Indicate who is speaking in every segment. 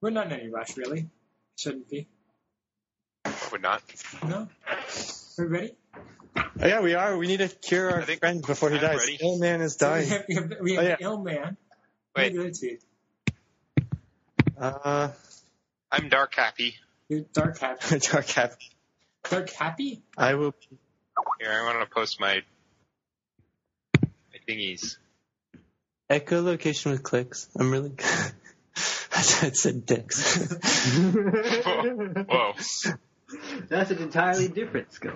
Speaker 1: We're not in any rush, really. Shouldn't be.
Speaker 2: We're not.
Speaker 1: No? Are we ready?
Speaker 3: Oh, yeah, we are. We need to cure our
Speaker 2: I think
Speaker 3: friend before he
Speaker 2: I'm
Speaker 3: dies.
Speaker 2: ready.
Speaker 3: Old man is
Speaker 1: So we
Speaker 3: dying.
Speaker 1: have, we have, we have
Speaker 3: Oh, yeah.
Speaker 1: an ill man.
Speaker 2: Wait.
Speaker 1: Who is he?
Speaker 3: Uh,
Speaker 2: I'm dark happy.
Speaker 1: You're Dark happy.
Speaker 3: dark happy.
Speaker 1: Dark happy?
Speaker 3: I will.
Speaker 2: Here, I want to post my my thingies.
Speaker 3: Echolocation with clicks. I'm really. I thought it said dicks.
Speaker 2: Whoa. Whoa.
Speaker 4: That's an entirely different skill.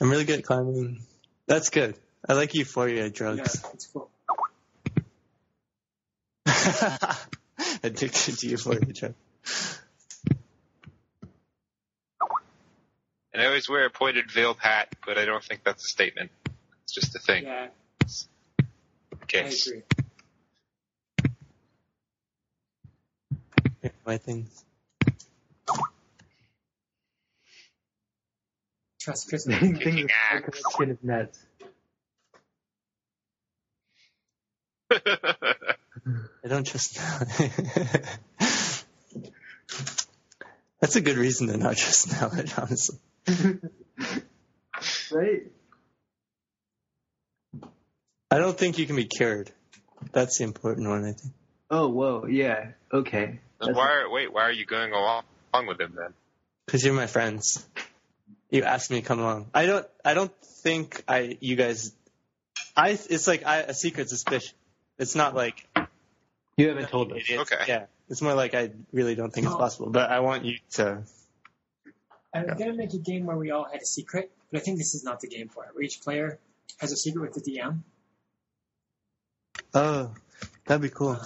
Speaker 3: I'm really good at climbing. That's good. I like euphoria
Speaker 1: Yeah,
Speaker 3: drugs.
Speaker 1: it's cool.
Speaker 3: Addicted to euphoria drugs.
Speaker 2: And I always wear a pointed veiled hat, but I don't think that's a statement. It's just a thing.
Speaker 1: Yeah, I
Speaker 2: Okay.
Speaker 1: agree.
Speaker 3: Here are My things.
Speaker 1: Trust Christmas.
Speaker 4: Things
Speaker 2: Kicking
Speaker 4: are
Speaker 2: axe.
Speaker 4: collection of nuts.
Speaker 3: I don't trust. That's a good reason to not trust knowledge, honestly.
Speaker 4: Right?
Speaker 3: I don't think you can be cured. That's the important one, I think.
Speaker 4: Oh, whoa, yeah. Okay.
Speaker 2: Then why? Are, wait. Why are you going along, along with him then?
Speaker 3: Because you're my friends. You asked me to come along. I don't. I don't think I. You guys. I. It's like I, a secret suspicion. It's not like
Speaker 4: You haven't told us.
Speaker 3: it is.
Speaker 2: Okay.
Speaker 3: Yeah. It's more like I really don't think it's
Speaker 1: Oh.
Speaker 3: possible. But I want you to.
Speaker 1: I was gonna make a game where we all had a secret, but I think this is not the game for it. Where each player has a secret with the DM.
Speaker 3: Oh, that'd be cool.
Speaker 1: Um,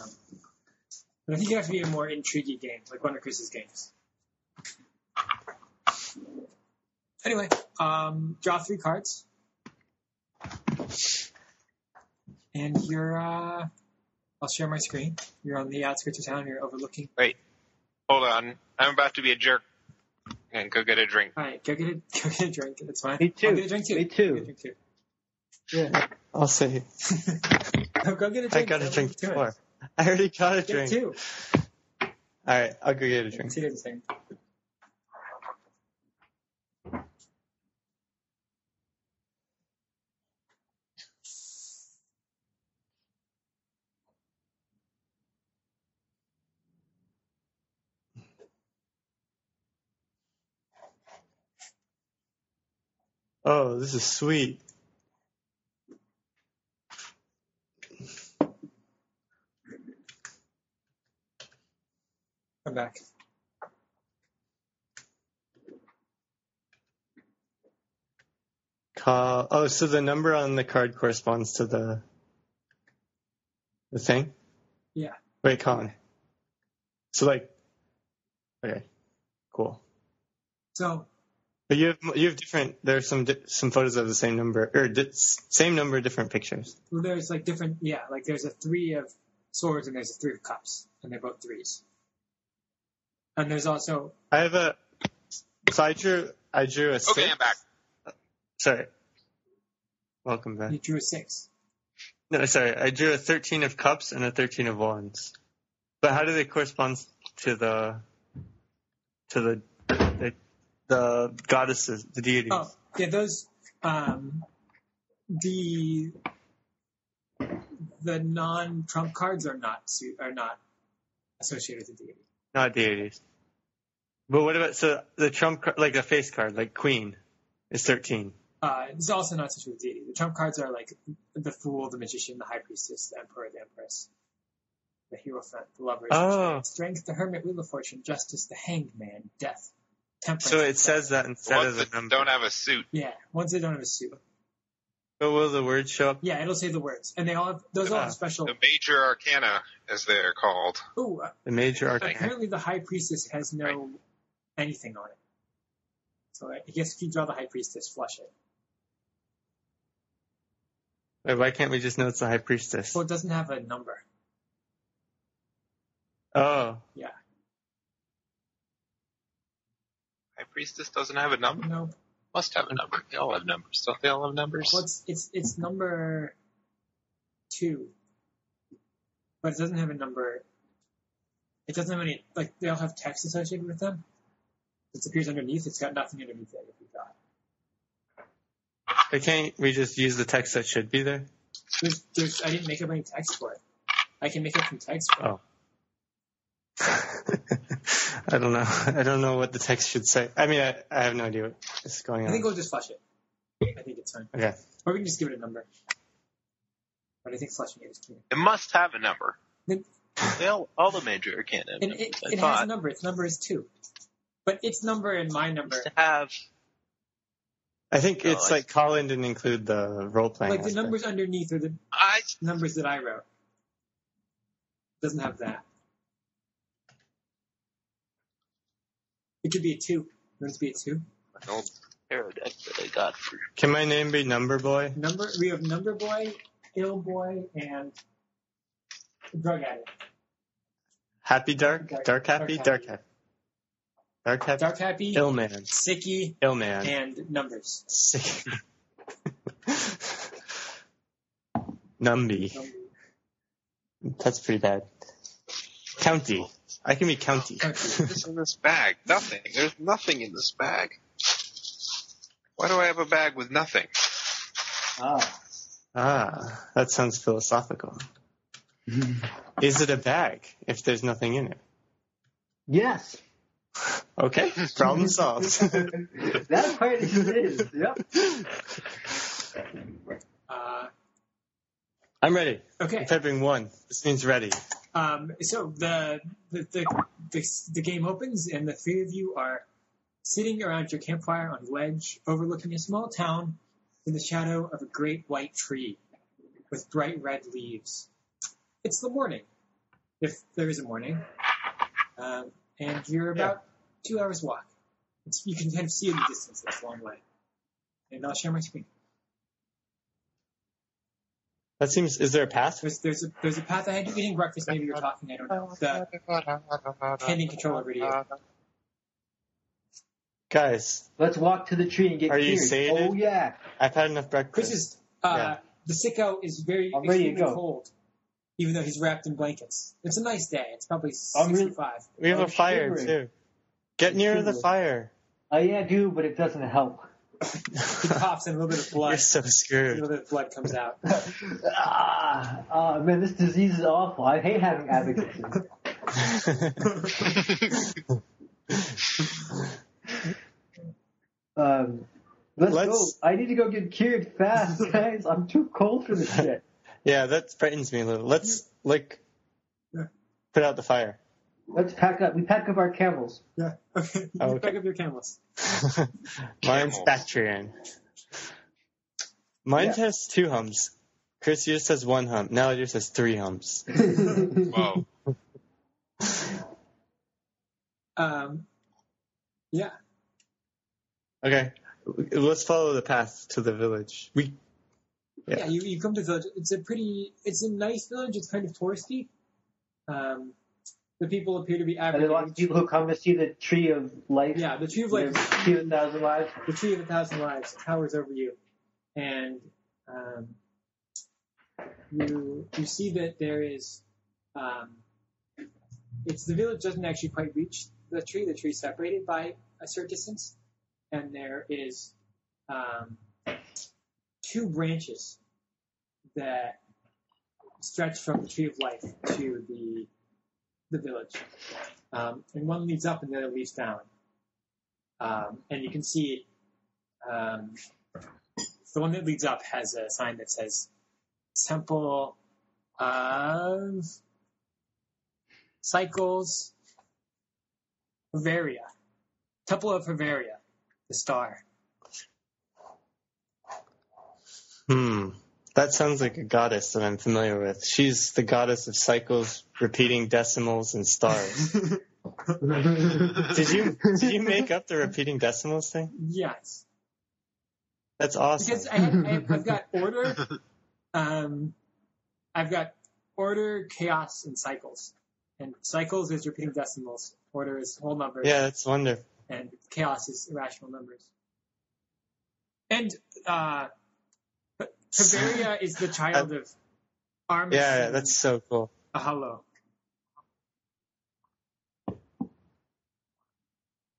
Speaker 1: but I think it has to be a more intriguing game, like one of Chris's games. Anyway, um, draw three cards. And you're, uh, I'll share my screen. You're on the outskirts of town. You're overlooking.
Speaker 2: Hold on. I'm about to be a jerk and go get a drink.
Speaker 1: All right, go get a, go get a drink. That's fine.
Speaker 4: Me
Speaker 1: I'll
Speaker 4: too.
Speaker 1: get a drink too.
Speaker 4: Me
Speaker 1: I'll
Speaker 4: too.
Speaker 1: get a drink too.
Speaker 4: Yeah.
Speaker 3: I'll say.
Speaker 1: No, go get a drink.
Speaker 3: I got a
Speaker 1: Don't leave
Speaker 3: drink
Speaker 1: it to us.
Speaker 3: before. I already got a
Speaker 1: Get
Speaker 3: drink.
Speaker 1: two.
Speaker 3: All right, I'll go get a drink.
Speaker 1: See the thing.
Speaker 3: Oh, this is sweet.
Speaker 1: Come back.
Speaker 3: Call. Oh, so the number on the card corresponds to the the thing.
Speaker 1: Yeah.
Speaker 3: Wait, Colin. So like, okay, cool.
Speaker 1: So
Speaker 3: But you have you have different. There's some di- some photos of the same number or di- same number, different pictures.
Speaker 1: well, there's like different, yeah, like there's a three of swords and there's a three of cups, and they're both threes. And there's also
Speaker 3: I have a. So I drew I drew a. Six.
Speaker 2: Okay, I'm back.
Speaker 3: Sorry. Welcome back.
Speaker 1: you drew a six.
Speaker 3: No, sorry. I drew a 13 of cups and a 13 of wands. But how do they correspond to the to the the, the goddesses, the deities?
Speaker 1: Oh, yeah, those um, the the non-trump cards are not su- are not associated with the deity.
Speaker 3: Not deities. But what about so the trump card, like a face card, like queen, is 13.
Speaker 1: Uh, it's also not associated with deity. The trump cards are like the fool, the magician, the high priestess, the emperor, the empress, the hierophant, the lovers, the
Speaker 3: Oh,
Speaker 1: Strength, the Hermit, Wheel of Fortune, Justice, the Hanged Man, Death, Temperance.
Speaker 3: so it says that
Speaker 2: The
Speaker 3: instead of
Speaker 2: ones
Speaker 3: the
Speaker 2: that
Speaker 3: number.
Speaker 2: don't have a suit.
Speaker 1: Yeah, once they don't have a suit.
Speaker 3: But will the word show up?
Speaker 1: Yeah, it'll say the words, and they all have those all
Speaker 3: Ah.
Speaker 1: have special.
Speaker 2: The major arcana, as they're called.
Speaker 1: Ooh, uh,
Speaker 3: The major arcana.
Speaker 1: apparently the High Priestess has no anything on it. So I guess if you draw the High Priestess, flush it.
Speaker 3: Wait, Why can't we just know it's the high priestess?
Speaker 1: Well, it doesn't have a number.
Speaker 3: Oh,
Speaker 2: High priestess doesn't have a number.
Speaker 1: No,
Speaker 2: Must have a number. They all have numbers. Don't they all have numbers?
Speaker 1: well, it's it's it's number two, but it doesn't have a number It doesn't have any like they all have text associated with them. It appears underneath. It's got nothing underneath it. If you got
Speaker 3: But can't we just use the text that should be there?
Speaker 1: there's, there's I didn't make up any text for it. I can make up some text for it.
Speaker 3: Oh. I don't know. I don't know what the text should say. I mean, I, I have no idea what's going
Speaker 1: I think
Speaker 3: on.
Speaker 1: we'll just flush it. I think it's fine.
Speaker 3: Okay.
Speaker 1: Or we can just give it a number. But I think flushing it is key.
Speaker 2: It must have a number.
Speaker 1: It-
Speaker 2: They all, all the major arcana have
Speaker 1: And
Speaker 2: numbers,
Speaker 1: it,
Speaker 2: I
Speaker 1: it has
Speaker 2: thought.
Speaker 1: a number. Its number is two. But its number and my
Speaker 2: It
Speaker 1: number,
Speaker 2: used to have
Speaker 3: I think
Speaker 2: Oh,
Speaker 3: it's
Speaker 2: I
Speaker 3: like Colin didn't include the role playing.
Speaker 1: like the numbers underneath are the
Speaker 2: I
Speaker 1: numbers that I wrote. Doesn't have that. It could be a two. Wouldn't it be a two?
Speaker 2: an old tarot deck that I got for
Speaker 3: Can my name be Number Boy?
Speaker 1: Number. We have number boy, ill boy, and drug addict.
Speaker 3: Happy Dark?
Speaker 1: Dark-
Speaker 3: Dark, Happy?
Speaker 1: Dark
Speaker 3: Dark Happy. Dark Happy?
Speaker 1: Dark happy,
Speaker 3: Ill Man.
Speaker 1: sicky,
Speaker 3: Ill Man.
Speaker 1: and numbers.
Speaker 3: Sick. Numby. That's pretty bad. County. I can be County.
Speaker 1: County.
Speaker 2: this in this bag. Nothing. There's nothing in this bag. Why do I have a bag with nothing?
Speaker 4: Ah.
Speaker 3: ah, that sounds philosophical. Is it a bag if there's nothing in it?
Speaker 4: yes.
Speaker 3: Okay, problem solved.
Speaker 4: that part it is. Yep.
Speaker 1: Uh,
Speaker 3: I'm ready.
Speaker 1: okay.
Speaker 3: I'm typing one. This means ready.
Speaker 1: Um, so the the, the the the game opens, and the three of you are sitting around your campfire on a ledge, overlooking a small town in the shadow of a great white tree with bright red leaves. It's the morning, if there is a morning, um, and you're about two hours walk. It's, you can kind of see in the distance. It's a long way, and I'll share my screen.
Speaker 3: That seems. Is there a path?
Speaker 1: There's there's a there's a path ahead. You're eating breakfast. Maybe you're talking. I don't know. The handing control over to you.
Speaker 3: Guys,
Speaker 4: Let's walk to the tree and get
Speaker 3: Are you
Speaker 4: cleared.
Speaker 3: sated?
Speaker 4: Oh yeah.
Speaker 3: I've had enough breakfast.
Speaker 1: Chris is uh,
Speaker 3: Yeah.
Speaker 1: the sicko is very
Speaker 4: I'm ready to
Speaker 1: extremely
Speaker 4: go.
Speaker 1: cold, even though he's wrapped in blankets. It's a nice day. It's probably
Speaker 4: I'm really-
Speaker 1: 65.
Speaker 3: we have
Speaker 4: I'm
Speaker 3: a fire
Speaker 4: shivering.
Speaker 3: too. Get near the
Speaker 4: shivering.
Speaker 3: fire.
Speaker 4: Oh yeah, I do, but it doesn't help.
Speaker 1: He coughs and a little bit of
Speaker 3: You're
Speaker 1: blood.
Speaker 3: so
Speaker 1: a little
Speaker 3: screwed.
Speaker 1: bit of blood comes out.
Speaker 4: ah, ah, man, this disease is awful. I hate having advocacy. Um, let's,
Speaker 3: Let's-
Speaker 4: go. I need to go get cured fast, guys. I'm too cold for this shit.
Speaker 3: yeah, that frightens me a little. Let's like put out the fire.
Speaker 4: Let's pack up. We pack up our camels.
Speaker 1: Yeah. Okay. You
Speaker 3: Okay.
Speaker 1: Pick up your camels.
Speaker 3: Mine's
Speaker 2: Camels.
Speaker 3: Bactrian. Mine
Speaker 4: Yeah.
Speaker 3: has two humps. Chris, yours has one hump. Now yours has three humps.
Speaker 2: Whoa.
Speaker 1: Um, yeah.
Speaker 3: Okay, let's follow the path to the village. We
Speaker 1: yeah,
Speaker 3: Yeah.
Speaker 1: you, you come to the village. It's a pretty, it's a nice village. It's kind of touristy. Um, the people appear to be
Speaker 4: Are there
Speaker 1: average.
Speaker 4: lots of people who come to see the tree of life?
Speaker 1: yeah, the tree of life is
Speaker 4: two thousand lives.
Speaker 1: the tree of a thousand lives towers over you, and um, you you see that there is um, it's the village doesn't actually quite reach the tree. The tree's separated by a certain distance, and there is um, two branches that stretch from the tree of life to the the village, um, and one leads up and the other leads down. Um, and you can see um, the one that leads up has a sign that says Temple of um, Cycles Herveria. Temple of Herveria, the star.
Speaker 3: hmm. That sounds like a goddess that I'm familiar with. She's the goddess of cycles, repeating decimals and stars. did you did you make up the repeating decimals thing?
Speaker 1: Yes.
Speaker 3: That's awesome.
Speaker 1: Because I have, I have, I've got order, um, I've got order, chaos, and cycles. And cycles is repeating decimals. Order is whole numbers.
Speaker 3: yeah, that's wonderful.
Speaker 1: and chaos is irrational numbers. And uh, Tiberia is the child of Armis
Speaker 3: Yeah, that's so cool.
Speaker 1: Ahalo.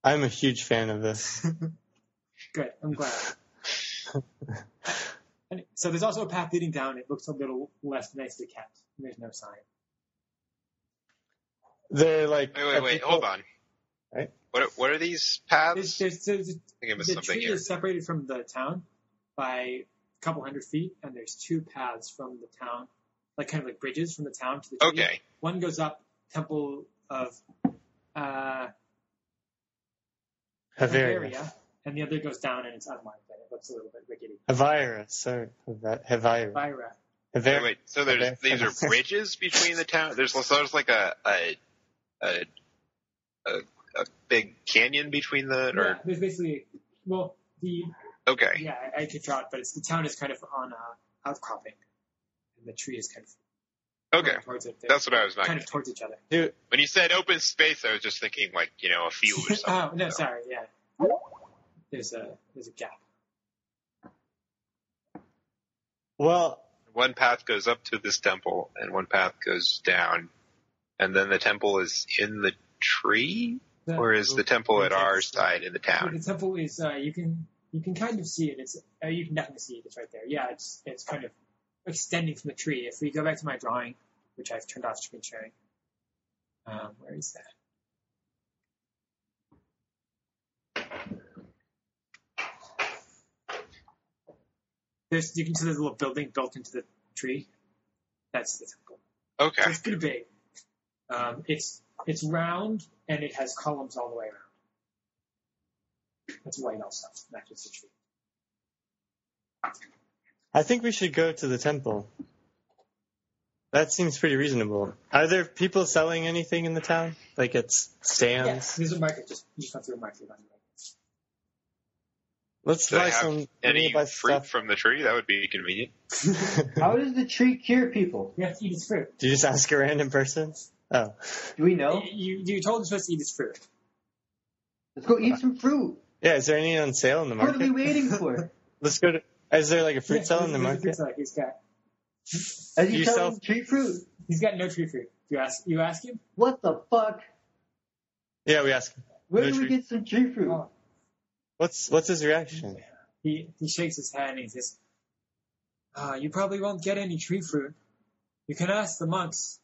Speaker 3: I'm a huge fan of this.
Speaker 1: Good. I'm glad. And so there's also a path leading down. It looks a little less nicely kept. There's no sign.
Speaker 3: They're like
Speaker 2: Wait, wait, wait. Hold on.
Speaker 3: Right?
Speaker 2: What are, what are these
Speaker 1: There's,
Speaker 2: paths?
Speaker 1: there's, there's,
Speaker 2: I think I missed
Speaker 1: the
Speaker 2: something
Speaker 1: tree
Speaker 2: here.
Speaker 1: is separated from the town by a couple hundred feet, and there's two paths from the town, like kind of like bridges from the town to the tree.
Speaker 2: Okay.
Speaker 1: One goes up Temple of uh,
Speaker 3: Havaria.
Speaker 1: Bavaria, and the other goes down, and it's unmarked, and it looks a little bit rickety.
Speaker 3: Havira, sorry. Havi-
Speaker 1: Vira.
Speaker 3: Havira.
Speaker 2: Wait,
Speaker 3: Havira.
Speaker 2: wait. So there's
Speaker 3: Okay.
Speaker 2: these are bridges between the town. There's so there's like a a a, a, a big canyon between the
Speaker 1: Yeah,
Speaker 2: or
Speaker 1: there's basically, well, the
Speaker 2: okay.
Speaker 1: Yeah, I, I could draw it, but it's, the town is kind of on a outcropping, and the tree is kind of
Speaker 2: Okay.
Speaker 1: going towards it. They're
Speaker 2: That's what I was not
Speaker 1: kind
Speaker 2: getting.
Speaker 1: of towards each other.
Speaker 3: Dude,
Speaker 2: When you said open space, I was just thinking like you know a field or something.
Speaker 1: oh no,
Speaker 2: so.
Speaker 1: sorry, yeah. There's a there's a gap.
Speaker 3: well,
Speaker 2: One path goes up to this temple, and one path goes down, and then the temple is in the tree,
Speaker 1: The,
Speaker 2: or is the temple at
Speaker 1: Okay.
Speaker 2: our side in the town?
Speaker 1: the temple is uh, you can you can kind of see it. It's uh, you can definitely see it. It's right there. Yeah, it's it's kind of extending from the tree. If we go back to my drawing, which I've turned off screen sharing. Um, where is that? There's, you can see there's a little building built into the tree. That's the temple. So
Speaker 2: Okay.
Speaker 1: it's pretty big. Um, it's it's round and it has columns all the way around. That's white also. Not just a tree.
Speaker 3: I think we should go to the temple. That seems pretty reasonable. Are there people selling anything in the town? Like at s- stands?
Speaker 1: There's a market. Just you just went through a market. On the
Speaker 3: Let's
Speaker 2: Do
Speaker 3: buy
Speaker 2: they have
Speaker 3: some. we need
Speaker 2: Any
Speaker 3: to buy
Speaker 2: fruit
Speaker 3: stuff.
Speaker 2: from the tree? That would be convenient.
Speaker 4: How does the tree cure people?
Speaker 1: you have to eat its fruit.
Speaker 3: Do you just ask a random person? Oh.
Speaker 4: Do we know?
Speaker 1: You you told us supposed to eat its fruit.
Speaker 4: Let's go eat some fruit.
Speaker 3: Yeah, is there any on sale in the
Speaker 4: What are
Speaker 3: market?
Speaker 4: we waiting for?
Speaker 3: Let's go to. Is there like a fruit
Speaker 1: Yeah,
Speaker 3: sale in the
Speaker 1: there's a fruit
Speaker 3: market?
Speaker 1: seller. He's got
Speaker 4: As you,
Speaker 3: You
Speaker 4: tell
Speaker 3: sell-
Speaker 4: him tree fruit?
Speaker 1: he's got no tree fruit. You ask you ask him.
Speaker 4: What the fuck?
Speaker 3: Yeah, we ask. him.
Speaker 4: Where
Speaker 3: No
Speaker 4: do we
Speaker 3: tree.
Speaker 4: get some tree fruit?
Speaker 1: Oh,
Speaker 3: What's what's his reaction?
Speaker 1: he he shakes his head and he says, uh, "You probably won't get any tree fruit. You can ask the monks,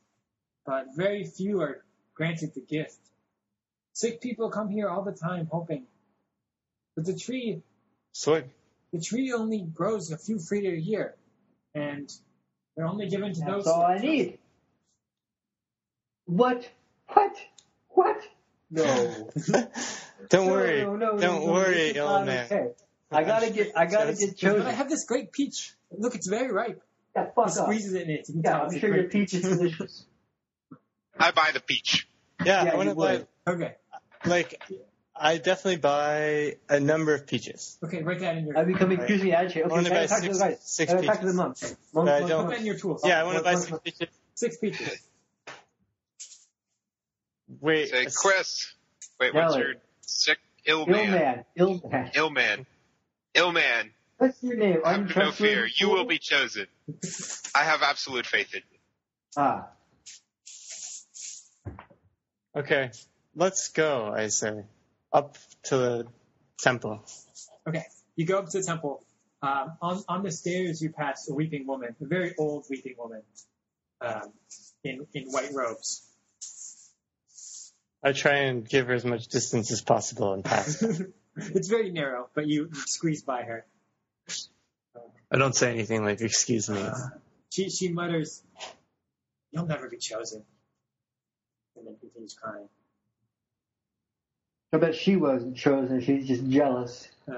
Speaker 1: but very few are granted the gift. Sick people come here all the time hoping, but the tree
Speaker 3: Sweet.
Speaker 1: the tree only grows a few fruit a year, and they're only given to those.
Speaker 4: That's all I need. What? What? What? No.
Speaker 3: Don't
Speaker 4: No,
Speaker 3: worry.
Speaker 4: no, no,
Speaker 3: Don't
Speaker 4: no, this
Speaker 3: worry,
Speaker 4: is
Speaker 3: old
Speaker 4: not
Speaker 3: man.
Speaker 4: okay. I gotta get. I gotta
Speaker 3: Just-
Speaker 4: get
Speaker 1: But I
Speaker 4: chosen.
Speaker 1: have this great peach. Look, it's very ripe.
Speaker 4: Shut the
Speaker 1: He
Speaker 4: fuck up.
Speaker 1: squeezes it in it. You can
Speaker 4: Yeah,
Speaker 1: tell it's
Speaker 4: I'm
Speaker 1: a
Speaker 4: sure your
Speaker 1: great
Speaker 4: peach is delicious.
Speaker 2: I buy the peach.
Speaker 3: Yeah,
Speaker 4: Yeah,
Speaker 3: I want
Speaker 4: you
Speaker 3: to buy.
Speaker 4: would.
Speaker 1: Okay,
Speaker 3: Like, I definitely buy a number of peaches.
Speaker 1: okay, write that in your.
Speaker 4: I become increasingly agitated.
Speaker 3: I
Speaker 4: Okay,
Speaker 3: wanna
Speaker 4: now
Speaker 3: buy
Speaker 4: talk to
Speaker 3: six-
Speaker 4: the guys.
Speaker 3: six
Speaker 4: Now talk to the
Speaker 3: peaches.
Speaker 4: monks.
Speaker 3: But I don't-
Speaker 4: Monks,
Speaker 1: Put that
Speaker 4: monks,
Speaker 1: in your tools.
Speaker 3: Yeah, I want to
Speaker 4: what-
Speaker 3: buy
Speaker 4: what-
Speaker 3: six
Speaker 4: what-
Speaker 3: peaches.
Speaker 1: Six peaches.
Speaker 3: Wait.
Speaker 2: Say,
Speaker 3: a s-
Speaker 2: Chris. Wait, what's
Speaker 4: Nelly.
Speaker 2: your sick ill
Speaker 4: monks. Ill
Speaker 2: man?
Speaker 4: man. Ill man.
Speaker 2: Ill man. Ill man.
Speaker 4: What's your name?
Speaker 2: Have no
Speaker 4: Untrustworthy
Speaker 2: fear. You
Speaker 4: fool?
Speaker 2: will be chosen. I have absolute faith in you.
Speaker 4: Ah,
Speaker 3: Okay. Let's go. I say, up to the temple.
Speaker 1: Okay, you go up to the temple. Um, on, on the stairs, you pass a weeping woman, a very old weeping woman, um, in, in white robes.
Speaker 3: I try and give her as much distance as possible and pass.
Speaker 1: it's very narrow, but you squeeze by her.
Speaker 3: I don't say anything like "excuse me."
Speaker 1: She, she mutters, You'll never be chosen. And then continues crying.
Speaker 4: I bet she wasn't chosen. She's just jealous.
Speaker 1: Um,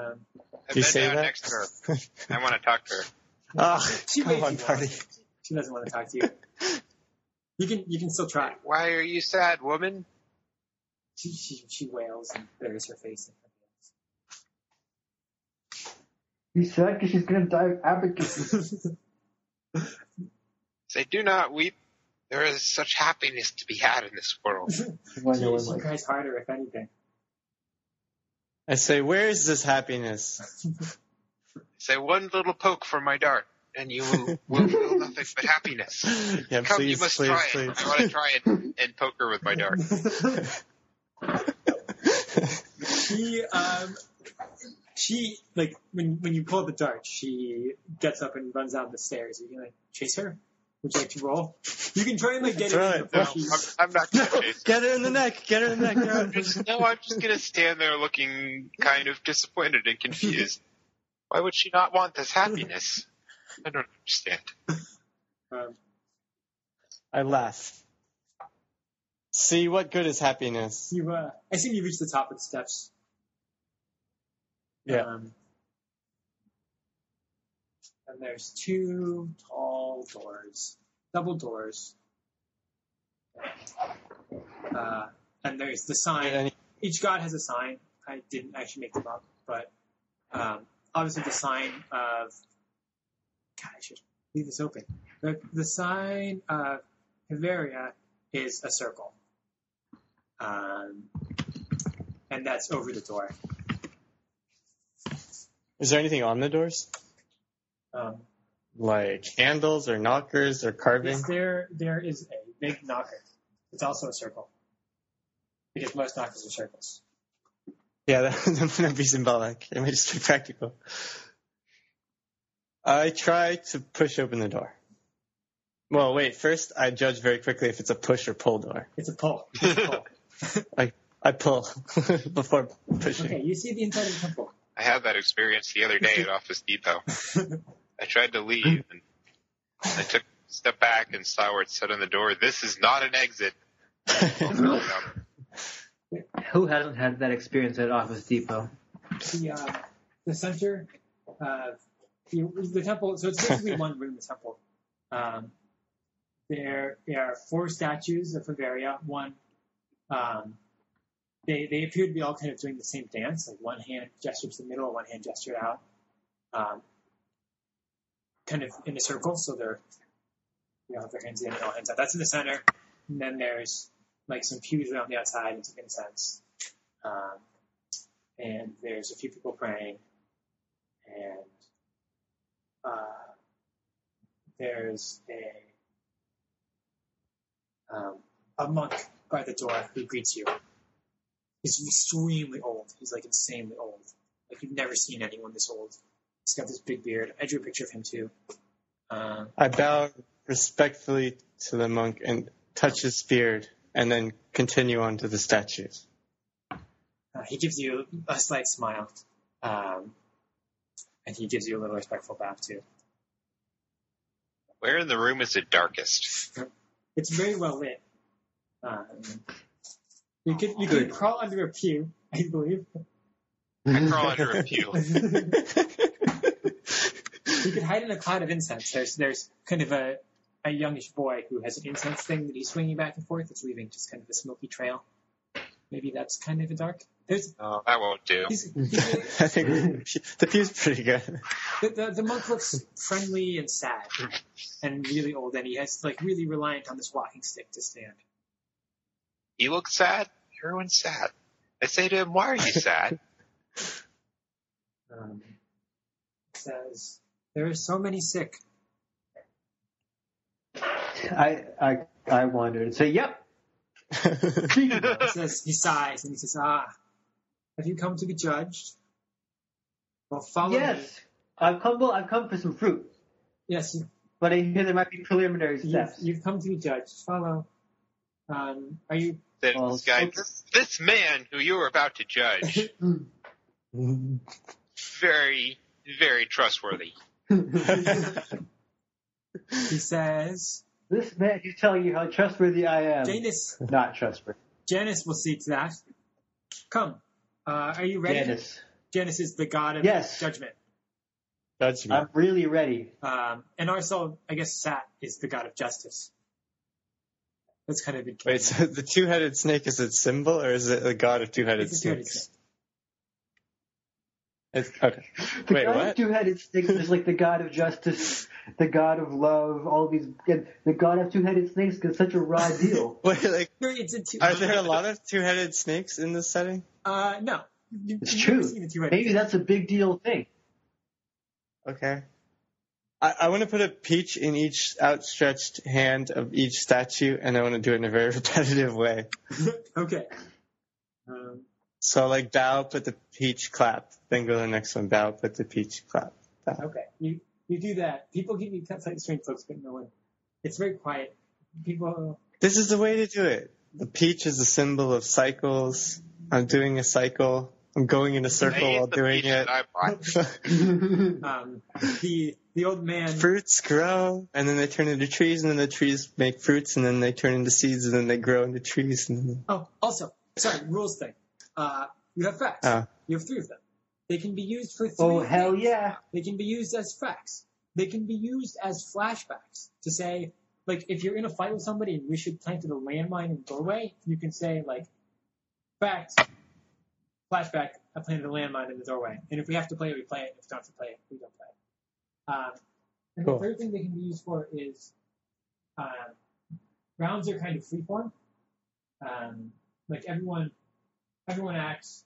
Speaker 2: I
Speaker 3: Do you
Speaker 2: bend
Speaker 3: say
Speaker 2: down
Speaker 3: that?
Speaker 2: next to her. I want to talk to her.
Speaker 3: Ah,
Speaker 1: She
Speaker 3: come
Speaker 1: waves
Speaker 3: on,
Speaker 1: you
Speaker 3: party.
Speaker 1: she doesn't want to talk to you. You can you can still try.
Speaker 2: Why are you sad, woman?
Speaker 1: She, she, she wails and buries her face in her hands.
Speaker 4: You said because she's gonna die of advocacy.
Speaker 2: Say, do not weep. There is such happiness to be had in this world.
Speaker 1: She,
Speaker 4: Wonder
Speaker 1: she
Speaker 4: Woman.
Speaker 1: cries harder, if anything.
Speaker 3: I say, where is this happiness?
Speaker 2: Say one little poke from my dart, and you will, will feel nothing but happiness.
Speaker 3: Yeah,
Speaker 2: Come,
Speaker 3: please,
Speaker 2: you must
Speaker 3: please,
Speaker 2: try
Speaker 3: please.
Speaker 2: it. I want to try it and poke her with my dart.
Speaker 1: she um she like when when you pull the dart, she gets up and runs down the stairs. Are you gonna like, chase her? Would you like to roll? You can try and like get
Speaker 3: Try
Speaker 1: in
Speaker 3: it.
Speaker 2: No,
Speaker 1: before
Speaker 2: I'm,
Speaker 1: she's
Speaker 2: I'm not
Speaker 3: No,
Speaker 2: going to chase.
Speaker 3: get her in the neck. Get her in the neck. get her in the neck.
Speaker 2: No, I'm just going to stand there looking kind of disappointed and confused. Why would she not want this happiness? I don't understand.
Speaker 1: um,
Speaker 3: I laugh. See, what good is happiness?
Speaker 1: you uh, I assume you reach the top of the steps.
Speaker 3: Yeah.
Speaker 1: Um, and there's two tall doors, double doors. Uh, and there's the sign.
Speaker 3: Any-
Speaker 1: each god has a sign. I didn't actually make them up, but um, obviously the sign of God, I should leave this open. The, the sign of Hiveria is a circle, um, and that's over the door.
Speaker 3: Is there anything on the doors?
Speaker 1: Um,
Speaker 3: Like handles or knockers or carving?
Speaker 1: is there there is a big knocker. It's also a circle because most knockers are circles.
Speaker 3: Yeah, that, that might be symbolic. It might just be practical. I try to push open the door. Well, wait. First, I judge very quickly if it's a push or pull door.
Speaker 1: It's a pole. It's a pole.
Speaker 3: I pull before pushing.
Speaker 1: okay, you see the inside of the temple.
Speaker 2: I had that experience the other day at Office Depot. I tried to leave and I took a step back and saw where it said on the door, this is not an exit.
Speaker 4: Who hasn't had that experience at Office Depot?
Speaker 1: the uh, the center, uh, the, the temple. So it's basically one room. The temple. Um, there, there are four statues of Bavaria. One, um, they they appear to be all kind of doing the same dance. Like one hand gestured to the middle, one hand gestured out, um, kind of in a circle. So they're you know have their hands in and all hands out. That's in the center. And then there's like some pews around the outside and some incense. Um, and there's a few people praying, and uh, there's a um, a monk by the door who greets you. He's extremely old. He's like insanely old. Like you've never seen anyone this old. He's got this big beard. I drew a picture of him too. Um,
Speaker 3: I bow respectfully to the monk and touch his beard, and then continue on to the statues.
Speaker 1: Uh, he gives you a slight smile, um, and he gives you a little respectful bow too.
Speaker 2: Where in the room is it darkest?
Speaker 1: It's very well lit. Um, you could you could
Speaker 4: Good.
Speaker 1: crawl under a pew, I believe.
Speaker 2: I crawl under a pew.
Speaker 1: You could hide in a cloud of incense. There's there's kind of a a youngish boy who has an incense thing that he's swinging back and forth. It's leaving just kind of a smoky trail. Maybe that's kind of a dark. There's
Speaker 2: No, that won't do.
Speaker 1: he's,
Speaker 3: I think the pew's pretty good.
Speaker 1: the, the, the monk looks friendly and sad and really old, and he has like really reliant on this walking stick to stand.
Speaker 2: You look sad. Everyone's sad. I say to him, why are you sad?
Speaker 1: Um, says there are so many sick.
Speaker 4: I I I wondered. So yep.
Speaker 1: He says he sighs and he says, "Ah, have you come to be judged? Well, follow me."
Speaker 4: Yes. I've come. Well, I've come for some fruit,
Speaker 1: Yes, you,
Speaker 4: but I hear there might be preliminary
Speaker 1: you've,
Speaker 4: steps.
Speaker 1: you've come to be judged. Follow. Um, are you?
Speaker 2: Then
Speaker 4: Well,
Speaker 2: this guy,
Speaker 4: so-
Speaker 2: this, this man who you were about to judge, very, very trustworthy.
Speaker 1: He says,
Speaker 4: this man is telling you how trustworthy I am.
Speaker 1: "Janus,
Speaker 4: Not trustworthy.
Speaker 1: Janus will see to that. Come. Uh, are you ready?
Speaker 4: Janice.
Speaker 1: Janus is the god of
Speaker 4: Yes.
Speaker 1: judgment.
Speaker 3: Judgment.
Speaker 4: I'm really ready.
Speaker 1: Um, and also, I guess Sat is the god of justice. That's kind of it.
Speaker 3: Wait, so the two-headed snake is its symbol, or is it the god of two-headed
Speaker 1: It's a two-headed
Speaker 3: snakes? It's, okay.
Speaker 4: The
Speaker 3: Wait,
Speaker 4: god
Speaker 3: what?
Speaker 4: of two-headed snakes is like the god of justice, the god of love, all these. And the god of two-headed snakes gets such a raw deal.
Speaker 3: Wait, like,
Speaker 1: No, it's a two.
Speaker 3: are there a lot of two-headed snakes in this setting?
Speaker 1: Uh, no. You,
Speaker 4: It's
Speaker 1: you've
Speaker 4: true.
Speaker 1: never seen a two-headed
Speaker 4: Maybe that's a big deal thing.
Speaker 3: Okay. I, I want to put a peach in each outstretched hand of each statue, and I want to do it in a very repetitive way.
Speaker 1: okay. Um,
Speaker 3: So like thou put the peach clap, then go to the next one. Thou put the peach clap. Thou.
Speaker 1: Okay, you you do that. People give you cutscene string clips, but no one. It's very quiet. People.
Speaker 3: This is the way to do it. The peach is the symbol of cycles. I'm doing a cycle. I'm going in a circle
Speaker 2: Hey,
Speaker 3: while
Speaker 2: it's the
Speaker 3: doing
Speaker 2: peach that I
Speaker 3: it.
Speaker 2: bought.
Speaker 1: Um, the the old man.
Speaker 3: fruits grow, and then they turn into trees, and then the trees make fruits, and then they turn into seeds, and then they grow into trees. And then...
Speaker 1: Oh, also, sorry, rules thing. Uh, you have facts.
Speaker 3: Oh.
Speaker 1: You have three of them. They can be used for three.
Speaker 4: Oh hell
Speaker 1: things.
Speaker 4: yeah!
Speaker 1: They can be used as facts. They can be used as flashbacks to say, like, if you're in a fight with somebody and we should planted a landmine in the doorway, you can say, like, facts, flashback, I planted a landmine in the doorway. And if we have to play it, we play it. If we don't have to play it, we don't play it. Um, and
Speaker 3: Cool.
Speaker 1: the third thing they can be used for is uh, rounds are kind of freeform. Um, like, everyone, everyone acts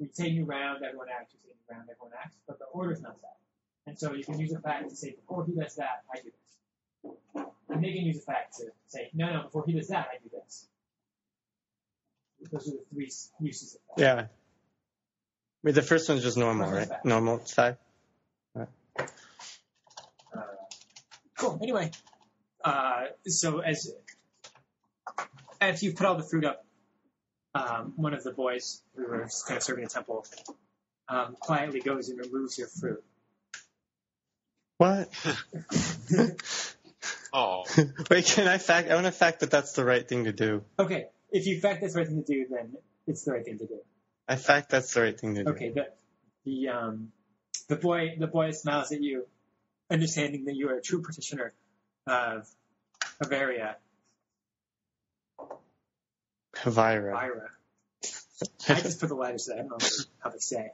Speaker 1: we say new round, everyone acts, you say new round, everyone acts, but the order's not set. And so you can use a fact to say, before he does that, I do this. And they can use a fact to say, no, no, before he does that, I do this. Those are the three s- uses of that.
Speaker 3: Yeah. Wait, the first one's just normal, right? Normal side.
Speaker 1: Uh, cool. Anyway, uh, so as as you put all the fruit up, um, one of the boys who were kind of serving the temple um, quietly goes and removes your fruit.
Speaker 3: What?
Speaker 2: Oh,
Speaker 3: Wait, can I fact? I want to fact that that's the right thing to do.
Speaker 1: Okay, if you fact that's the right thing to do, then it's the right thing to do.
Speaker 3: I fact that's the right thing to do.
Speaker 1: Okay, the the um the boy the boy smiles at you, understanding that you are a true practitioner of Avaria,
Speaker 3: Havira.
Speaker 1: Ira. I just put the letters there. I don't know how they say.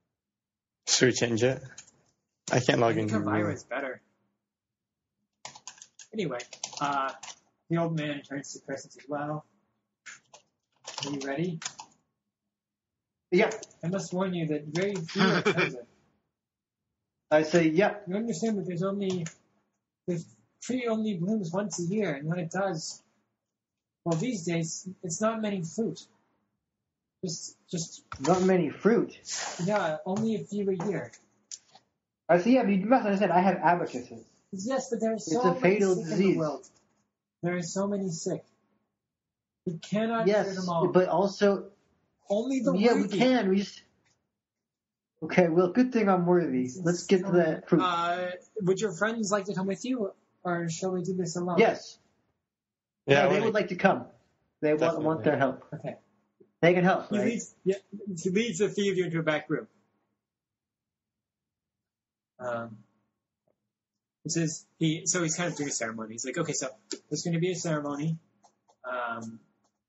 Speaker 3: Should we change it? I can't
Speaker 1: I
Speaker 3: log in.
Speaker 1: think Avira is better. Anyway, uh, the old man turns to Crescent as well. Are you ready?
Speaker 4: Yeah,
Speaker 1: I must warn you that very few are chosen.
Speaker 4: I say yeah.
Speaker 1: You understand that there's only the tree only blooms once a year, and when it does, well, these days it's not many fruit. Just, just
Speaker 4: Not many fruit.
Speaker 1: yeah, only a few a year.
Speaker 4: I say yeah. But you must understand. I have abacuses.
Speaker 1: Yes, but there are so
Speaker 4: It's a
Speaker 1: many
Speaker 4: fatal
Speaker 1: sick in
Speaker 4: disease.
Speaker 1: the world. There are so many sick. We cannot cure
Speaker 4: Yes,
Speaker 1: them all.
Speaker 4: but also
Speaker 1: only the
Speaker 4: yeah, we
Speaker 1: worthy.
Speaker 4: can. We just okay. Well, good thing I'm worthy. Let's get to that fruit.
Speaker 1: Uh, would your friends like to come with you, or shall we do this alone?
Speaker 4: yes.
Speaker 3: Yeah, I
Speaker 4: No, they
Speaker 3: wanna-
Speaker 4: would like to come. They want,
Speaker 3: Definitely.
Speaker 4: want their help.
Speaker 1: Okay.
Speaker 4: They can help,
Speaker 1: He
Speaker 4: right?
Speaker 1: leads, yeah, he leads the three of you into a back room. Um, he says he, so he's kind of doing a ceremony. He's like, okay, so there's going to be a ceremony, um,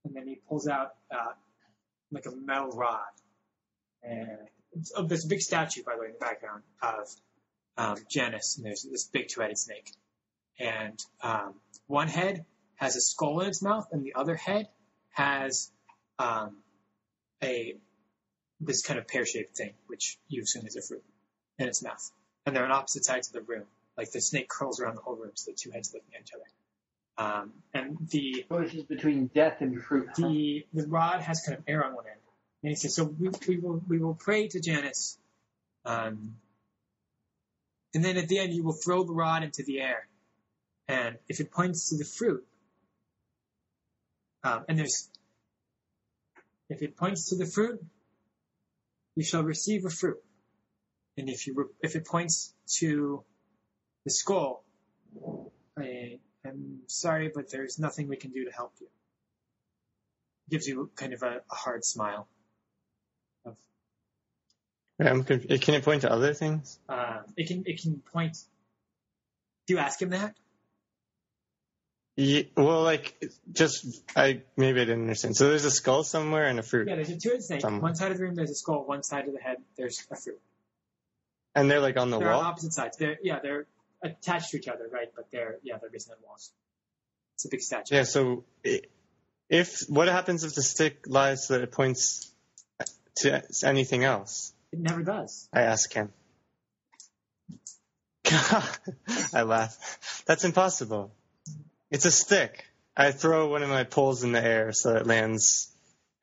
Speaker 1: and then he pulls out uh, like a metal rod, and it's- oh, there's a big statue, by the way, in the background of um, Janus, and there's this big two-headed snake, and um, one head has a skull in its mouth, and the other head has um, a this kind of pear-shaped thing, which you assume is a fruit, in its mouth. And they're on opposite sides of the room. Like the snake curls around the whole room, so the two heads looking at each other. Um, and the
Speaker 4: Choices between death and fruit. huh?
Speaker 1: the the rod has kind of air on one end, and he says, "So we, we will we will pray to Janus, um, and then at the end you will throw the rod into the air, and if it points to the fruit, um, and there's if it points to the fruit, you shall receive a fruit, and if you re- if it points to the skull, I, I'm sorry, but there's nothing we can do to help you." gives you kind of a, a hard smile.
Speaker 3: Wait, I'm conf- eh, Can it point to other things?
Speaker 1: Uh, it can it can point. Do you ask him that?
Speaker 3: Ye well, like just I maybe I didn't understand. So there's a skull somewhere and a fruit,
Speaker 1: Yeah, there's a two-headed snake.
Speaker 3: Some-
Speaker 1: One side of the room there's a skull. One side of the head there's a fruit.
Speaker 3: and they're like on the
Speaker 1: they're on
Speaker 3: wall.
Speaker 1: opposite sides. They're yeah they're attached to each other, right? But they're yeah they're based on walls. It's a big statue.
Speaker 3: Yeah. So i- if what happens if the stick lies so that it points eh, to anything else?
Speaker 1: It never does.
Speaker 3: I ask him. I laugh. That's impossible. It's a stick. I throw one of my poles in the air so it lands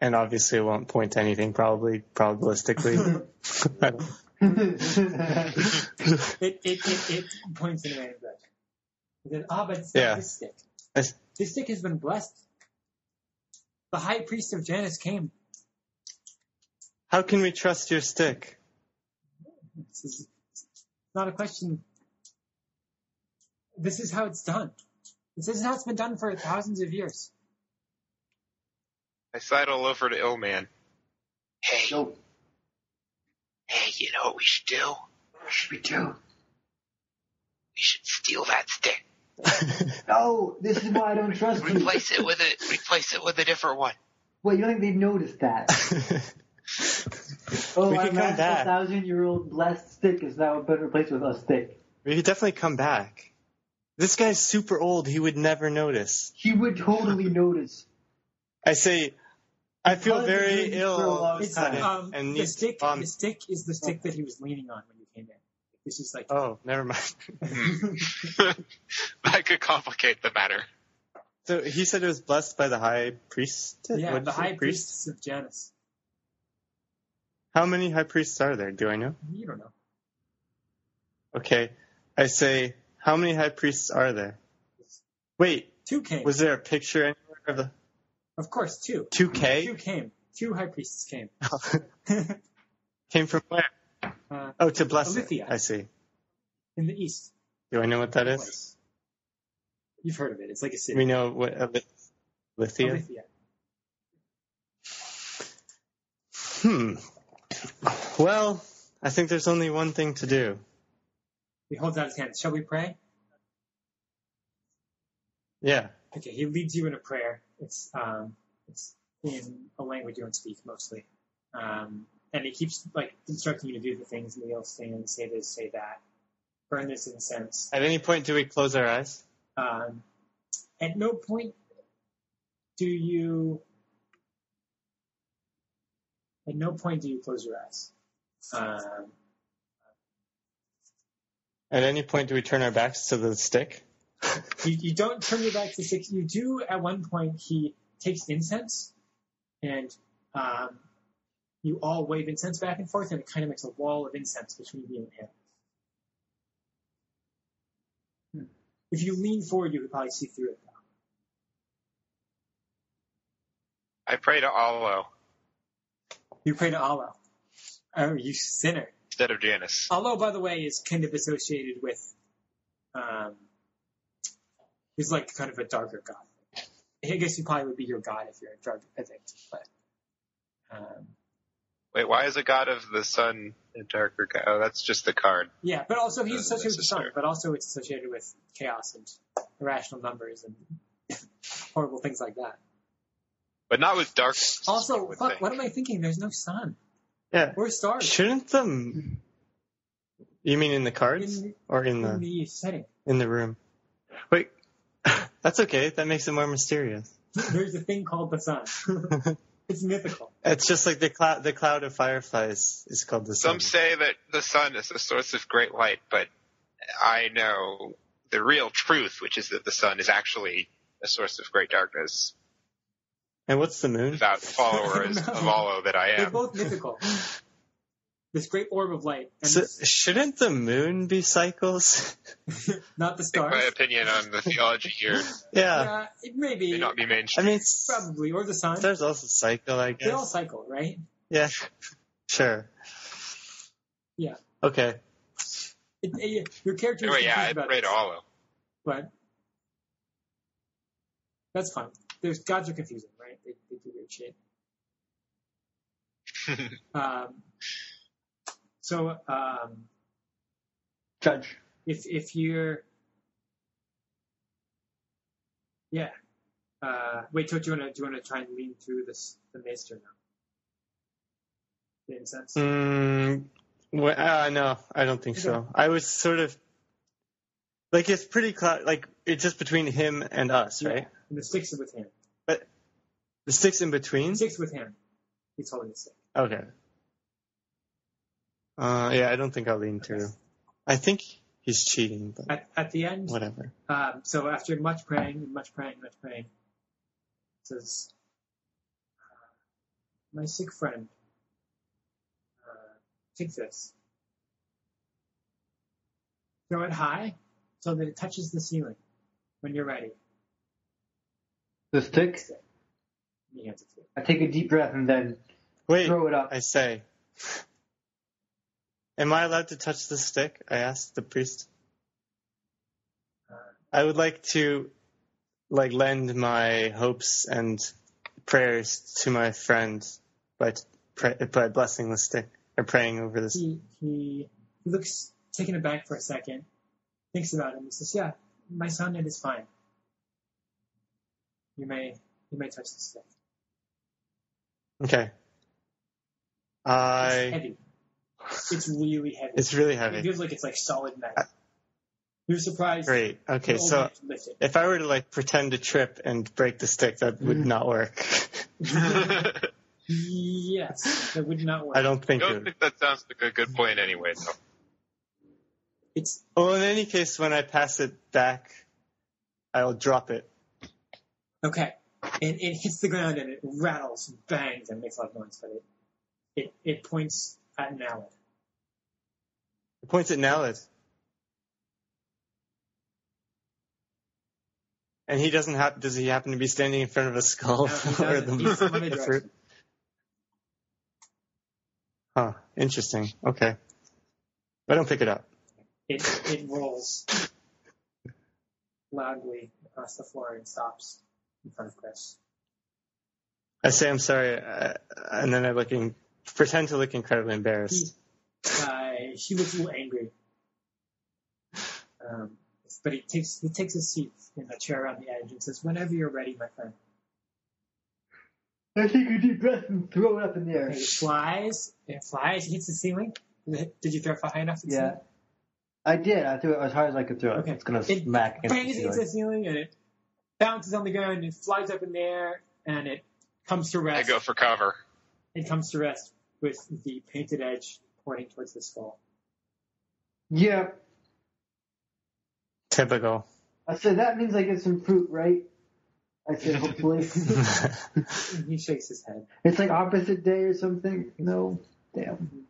Speaker 3: and obviously it won't point to anything. Probably probabilistically. I don't-
Speaker 1: It, it, it, it points in a random direction. And then, ah, but it's
Speaker 3: Yeah.
Speaker 1: not this stick.
Speaker 3: That's-
Speaker 1: This stick has been blessed. The high priest of Janus came.
Speaker 3: How can we trust your stick?
Speaker 1: This is it's not a question. This is how it's done. This is how it's been done for thousands of years.
Speaker 2: I sidle over to Illman. Hey,
Speaker 4: so,
Speaker 2: hey, you know what we should do?
Speaker 4: what should we do?
Speaker 2: We should steal that stick.
Speaker 4: No, this is why I don't trust you.
Speaker 2: Replace it with a replace it with a different one.
Speaker 4: Wait, you don't think they noticed that? Oh,
Speaker 3: We
Speaker 4: our
Speaker 3: could come
Speaker 4: magical
Speaker 3: back.
Speaker 4: thousand-year-old blessed stick is now better replaced with a stick.
Speaker 3: we could definitely come back. This guy's super old. He would never notice.
Speaker 4: He would totally notice.
Speaker 3: I say, I feel
Speaker 4: Because
Speaker 3: very
Speaker 4: he's been for a
Speaker 3: ill.
Speaker 4: long
Speaker 1: It's,
Speaker 4: time.
Speaker 1: um,
Speaker 3: and
Speaker 1: the
Speaker 3: needs
Speaker 1: stick.
Speaker 3: bomb-
Speaker 1: The stick is the stick that he was leaning on when you came in. It's just like
Speaker 3: Oh, never mind.
Speaker 2: that could complicate the matter.
Speaker 3: So he said it was blessed by the high priest.
Speaker 1: yeah,
Speaker 3: What'd
Speaker 1: the
Speaker 3: you say?
Speaker 1: high priests of Janus.
Speaker 3: How many high priests are there? Do I know?
Speaker 1: You don't know.
Speaker 3: Okay, I say, how many high priests are there? Wait,
Speaker 1: Two came.
Speaker 3: was there a picture anywhere of the
Speaker 1: of course, two.
Speaker 3: two
Speaker 1: Two
Speaker 3: K?
Speaker 1: came. Two high priests came.
Speaker 3: Came from where?
Speaker 1: uh,
Speaker 3: Oh, to bless it.
Speaker 1: Aletheia.
Speaker 3: I see.
Speaker 1: in the east.
Speaker 3: Do I know what that is?
Speaker 1: Place. You've heard of it. It's like a
Speaker 3: We
Speaker 1: city.
Speaker 3: know what Lithia.
Speaker 1: Aletheia.
Speaker 3: Hmm. Well, I think there's only one thing to do.
Speaker 1: He holds out his hand. Shall we pray?
Speaker 3: Yeah.
Speaker 1: Okay, he leads you in a prayer. It's um, it's in a language you don't speak mostly, um, and he keeps like instructing you to do the things. And he'll say, say this, say that, burn this incense.
Speaker 3: At any point, do we close our eyes?
Speaker 1: Um, at no point do you at no point do you close your eyes. Um,
Speaker 3: At any point, do we turn our backs to the stick?
Speaker 1: you, you don't turn your back to six. You do at one point. He takes incense, and um, you all wave incense back and forth, and it kind of makes a wall of incense between you and him. Hmm. If you lean forward, you could probably see through it.
Speaker 2: I pray to Allah
Speaker 1: You pray to Allah. Oh, you sinner.
Speaker 2: instead of Janus.
Speaker 1: Allah, by the way, is kind of associated with, um, he's like kind of a darker god. I guess he probably would be your god if you're a drug addict, but um,
Speaker 2: Wait, why is a god of the sun a darker god? Oh, that's just the card.
Speaker 1: yeah. But also he's
Speaker 2: Uh,
Speaker 1: associated with the sun,
Speaker 2: necessary.
Speaker 1: but also it's associated with chaos and irrational numbers and horrible things like that.
Speaker 2: But not with dark. I
Speaker 1: Also,
Speaker 2: would
Speaker 1: fuck,
Speaker 2: think.
Speaker 1: what am I thinking? There's no sun
Speaker 3: Yeah.
Speaker 1: or stars
Speaker 3: Shouldn't the you mean in the cards
Speaker 1: In-
Speaker 3: or in
Speaker 1: in
Speaker 3: the
Speaker 1: the setting.
Speaker 3: in the room? Wait, that's okay. That makes it more mysterious.
Speaker 1: There's a thing called the sun. it's mythical.
Speaker 3: It's just like the cloud. The cloud of fireflies is called the sun.
Speaker 2: Some say that the sun is a source of great light, but I know the real truth, which is that the sun is actually a source of great darkness.
Speaker 3: and what's the moon?
Speaker 2: Without followers
Speaker 1: No.
Speaker 2: of Allah that I
Speaker 1: They're
Speaker 2: am,
Speaker 1: both mythical. This great orb of light and
Speaker 3: So,
Speaker 1: this-
Speaker 3: shouldn't the moon be cycles?
Speaker 1: Not the
Speaker 2: I think my
Speaker 1: stars.
Speaker 2: opinion on the theology here
Speaker 3: yeah.
Speaker 1: Uh, it may
Speaker 2: may
Speaker 1: be,
Speaker 2: not be
Speaker 3: I
Speaker 2: mainstream.
Speaker 3: mean, s-
Speaker 1: probably, or the sun.
Speaker 3: there's also cycle. I
Speaker 1: They all
Speaker 3: guess.
Speaker 1: cycle, right?
Speaker 3: Yeah. Sure.
Speaker 1: Yeah.
Speaker 3: Okay.
Speaker 1: It, it, your character is
Speaker 2: Anyway, yeah,
Speaker 1: confused
Speaker 2: I
Speaker 1: about
Speaker 2: pray to
Speaker 1: this,
Speaker 2: Allah.
Speaker 1: but that's fine. There's gods are confusing, right? They, they do weird shit. um, so um,
Speaker 4: Judge.
Speaker 1: if if you're, yeah, uh, wait. So do you wanna do you wanna try and lean through this the mist or no? The incense.
Speaker 3: Mm, well, uh, no, I don't think so.
Speaker 1: Okay.
Speaker 3: I was sort of like it's pretty cl- like it's just between him and us,
Speaker 1: Yeah.
Speaker 3: right?
Speaker 1: And the sticks are with him.
Speaker 3: The sticks in between.
Speaker 1: Six with him. He's holding the stick.
Speaker 3: Okay. Uh, yeah, I don't think I'll lean through. I think he's cheating, but
Speaker 1: At, at the end,
Speaker 3: whatever.
Speaker 1: um, so after much praying, much praying, much praying, says, my sick friend. Uh, take this. Throw it high so that it touches the ceiling when you're ready.
Speaker 4: The stick.
Speaker 1: He hands it to you.
Speaker 4: I take a deep breath and then
Speaker 3: Wait,
Speaker 4: throw it up.
Speaker 3: I say. Am I allowed to touch the stick? I asked the priest. I would like to like lend my hopes and prayers to my friend by t- pray, by blessing the stick or praying over this.
Speaker 1: He, he, he looks taken aback for a second, thinks about it, and he says, Yeah, my son, it is fine. You may, you may touch the stick.
Speaker 3: Okay.
Speaker 1: It's
Speaker 3: I
Speaker 1: heavy. It's really heavy.
Speaker 3: it's really
Speaker 1: It
Speaker 3: heavy.
Speaker 1: feels like it's like solid metal. You're surprised.
Speaker 3: Great.
Speaker 1: the
Speaker 3: Okay,
Speaker 1: old
Speaker 3: so
Speaker 1: man can lift it.
Speaker 3: if I were to like pretend to trip and break the stick, that would not work.
Speaker 1: Yes, that would not work.
Speaker 3: I don't think it
Speaker 2: Don't
Speaker 3: would.
Speaker 2: think that sounds like a good plan anyway, though.
Speaker 1: It's
Speaker 3: Well, Oh, in any case, when I pass it back, I'll drop it.
Speaker 1: okay. And it hits the ground and it rattles and bangs and makes a lot of noise, but it it, it points at an alley.
Speaker 3: It points at Nalad. And he doesn't have. Does he happen to be standing in front of a skull
Speaker 1: No, he
Speaker 3: or
Speaker 1: doesn't. He's in one
Speaker 3: the, the fruit?
Speaker 1: direction.
Speaker 3: Huh. Interesting. Okay. I don't pick it up.
Speaker 1: It it rolls loudly across the floor and stops in front of Chris.
Speaker 3: I say I'm sorry, uh, and then I look in, pretend to look incredibly embarrassed.
Speaker 1: Uh, he looks a little angry. Um, but he takes he takes a seat in the chair on the edge and says, "Whenever you're ready, my friend."
Speaker 4: I take a deep breath and throw it up in the air.
Speaker 1: And it flies. It flies. It hits the ceiling. Did you throw it high enough? to the
Speaker 4: Yeah. I did. I threw it as hard as I could throw it.
Speaker 1: Okay.
Speaker 4: It's gonna
Speaker 1: It
Speaker 4: smack
Speaker 1: ceiling?
Speaker 4: against the
Speaker 1: Bangs against the
Speaker 4: ceiling.
Speaker 1: ceiling and it bounces on the ground and it flies up in the air and it comes to
Speaker 2: I
Speaker 1: rest.
Speaker 2: go for cover.
Speaker 1: It comes to rest with the painted edge pointing towards the skull.
Speaker 4: Yeah.
Speaker 3: Typical.
Speaker 4: I said that means I get some fruit, right? I said hopefully.
Speaker 1: And he shakes his head.
Speaker 4: it's like opposite day or something. No, damn.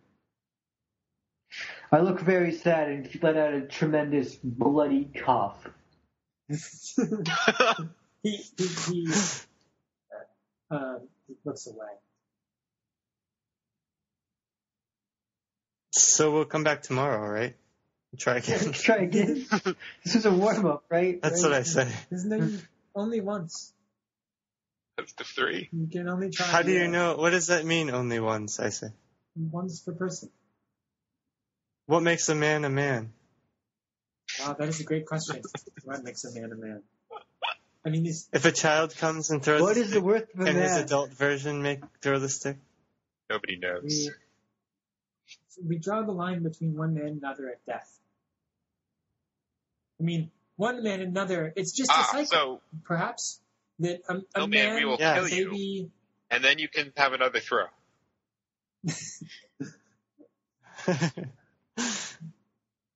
Speaker 4: I look very sad and he let out a tremendous bloody cough.
Speaker 1: He he, he um, he looks away.
Speaker 3: so we'll come back tomorrow, right? Try again.
Speaker 4: Let's try again. this is a warm up, right?
Speaker 3: That's
Speaker 4: right?
Speaker 3: what I say.
Speaker 1: There's no
Speaker 2: Hmm.
Speaker 1: only once.
Speaker 2: Up to three.
Speaker 1: You can only try.
Speaker 3: How do you
Speaker 1: once.
Speaker 3: know? What does that mean? Only once, I say.
Speaker 1: Once per person.
Speaker 3: What makes a man a man?
Speaker 1: Wow, that is a great question. what makes a man a man? I mean, these
Speaker 3: If a child comes and throws,
Speaker 4: What
Speaker 3: the
Speaker 4: is the
Speaker 3: stick,
Speaker 4: worth of a
Speaker 3: can his
Speaker 4: man?
Speaker 3: adult version make throw the stick?
Speaker 2: Nobody knows.
Speaker 1: we, we draw the line between one man and another at death. I mean, one man and another, it's just a
Speaker 2: Ah,
Speaker 1: cycle,
Speaker 2: so
Speaker 1: perhaps, that a, a
Speaker 2: Oh,
Speaker 1: man,
Speaker 2: man, we will
Speaker 3: Yeah.
Speaker 2: kill you,
Speaker 1: maybe,
Speaker 2: and then you can have another throw.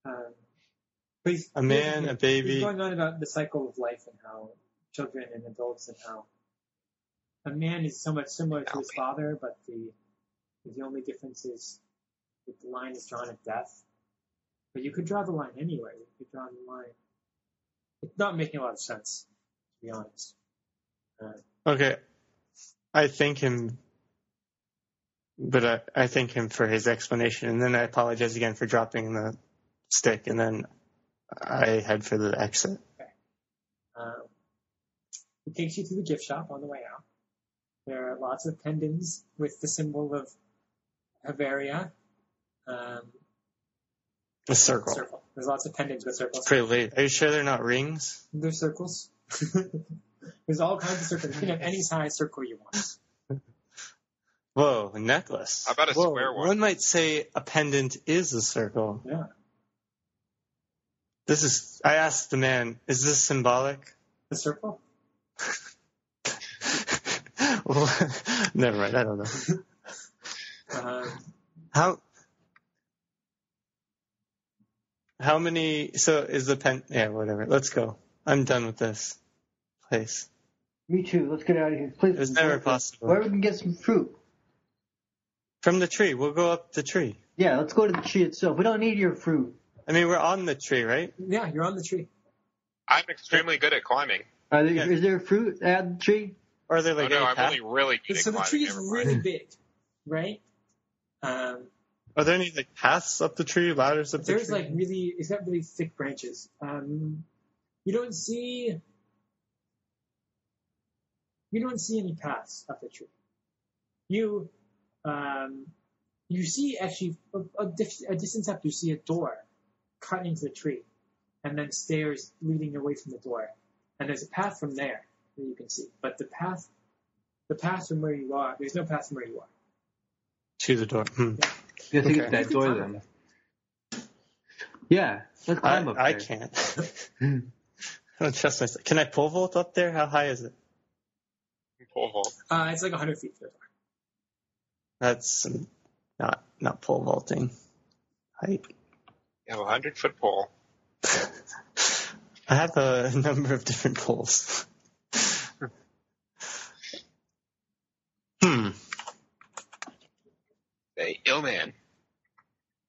Speaker 1: um, but he's-
Speaker 3: a man, a
Speaker 1: he's
Speaker 3: baby.
Speaker 1: going on about the cycle of life and how children and adults and how a man is so much similar to his father, but the the only difference is that the line is drawn at death. But you could draw the line anywhere. You could draw the line. It's not making a lot of sense, to be honest.
Speaker 3: Okay, I thank him, but I, I thank him for his explanation, and then I apologize again for dropping the stick, and then I head for the exit.
Speaker 1: Um, it takes you to the gift shop on the way out. There are lots of pendants with the symbol of Havaria. Um,
Speaker 3: The circle.
Speaker 1: circle. There's lots of pendants with circles.
Speaker 3: It's pretty late. Are you sure they're not rings?
Speaker 1: There's circles. There's all kinds of circles. You can have any size circle you want.
Speaker 3: Whoa, a necklace.
Speaker 2: How about a
Speaker 3: Whoa,
Speaker 2: square one?
Speaker 3: One might say a pendant is a circle.
Speaker 1: Yeah.
Speaker 3: This is. I asked the man, "Is this symbolic?"
Speaker 1: The circle?
Speaker 3: Well, Never mind. I don't know.
Speaker 1: Um,
Speaker 3: How? How many? So is the pen? Yeah, whatever. Let's go. I'm done with this place.
Speaker 4: Me too. Let's get out of here. Please.
Speaker 3: It was never possible.
Speaker 4: Where we can get some fruit.
Speaker 3: From the tree. We'll go up the tree.
Speaker 4: Yeah, let's go to the tree itself. We don't need your fruit.
Speaker 3: I mean, we're on the tree, right?
Speaker 1: Yeah, you're on the tree.
Speaker 2: I'm extremely good at climbing.
Speaker 4: Are there,
Speaker 3: Yeah.
Speaker 4: Is there fruit at the tree?
Speaker 3: Or are there like
Speaker 2: oh, no,
Speaker 3: any
Speaker 2: I'm
Speaker 3: path?
Speaker 2: only really good
Speaker 1: so
Speaker 2: at
Speaker 1: the
Speaker 2: climbing.
Speaker 1: tree is
Speaker 2: Never mind.
Speaker 1: really big, right? Um,
Speaker 3: Are there any like paths up the tree, ladders up the
Speaker 1: there's
Speaker 3: tree?
Speaker 1: like really, it's got really thick branches. Um, you don't see, you don't see any paths up the tree. You, um, you see actually a, a, dif- a distance up, you see a door cut into the tree, and then stairs leading away from the door, and there's a path from there that you can see. But the path, the path from where you are, there's no path from where you are.
Speaker 3: to the door. Hmm.
Speaker 4: Guess
Speaker 3: Okay.
Speaker 4: okay. that door then. Yeah, let's
Speaker 3: I,
Speaker 4: climb up there.
Speaker 3: I can't. I don't trust myself. Can I pole vault up there? How high is it?
Speaker 2: Pole vault.
Speaker 1: Uh, it's like 100 feet from the door.
Speaker 3: That's um, not not pole vaulting. I
Speaker 2: You have a hundred foot pole.
Speaker 3: I have a number of different poles. hmm.
Speaker 2: Hey, ill man,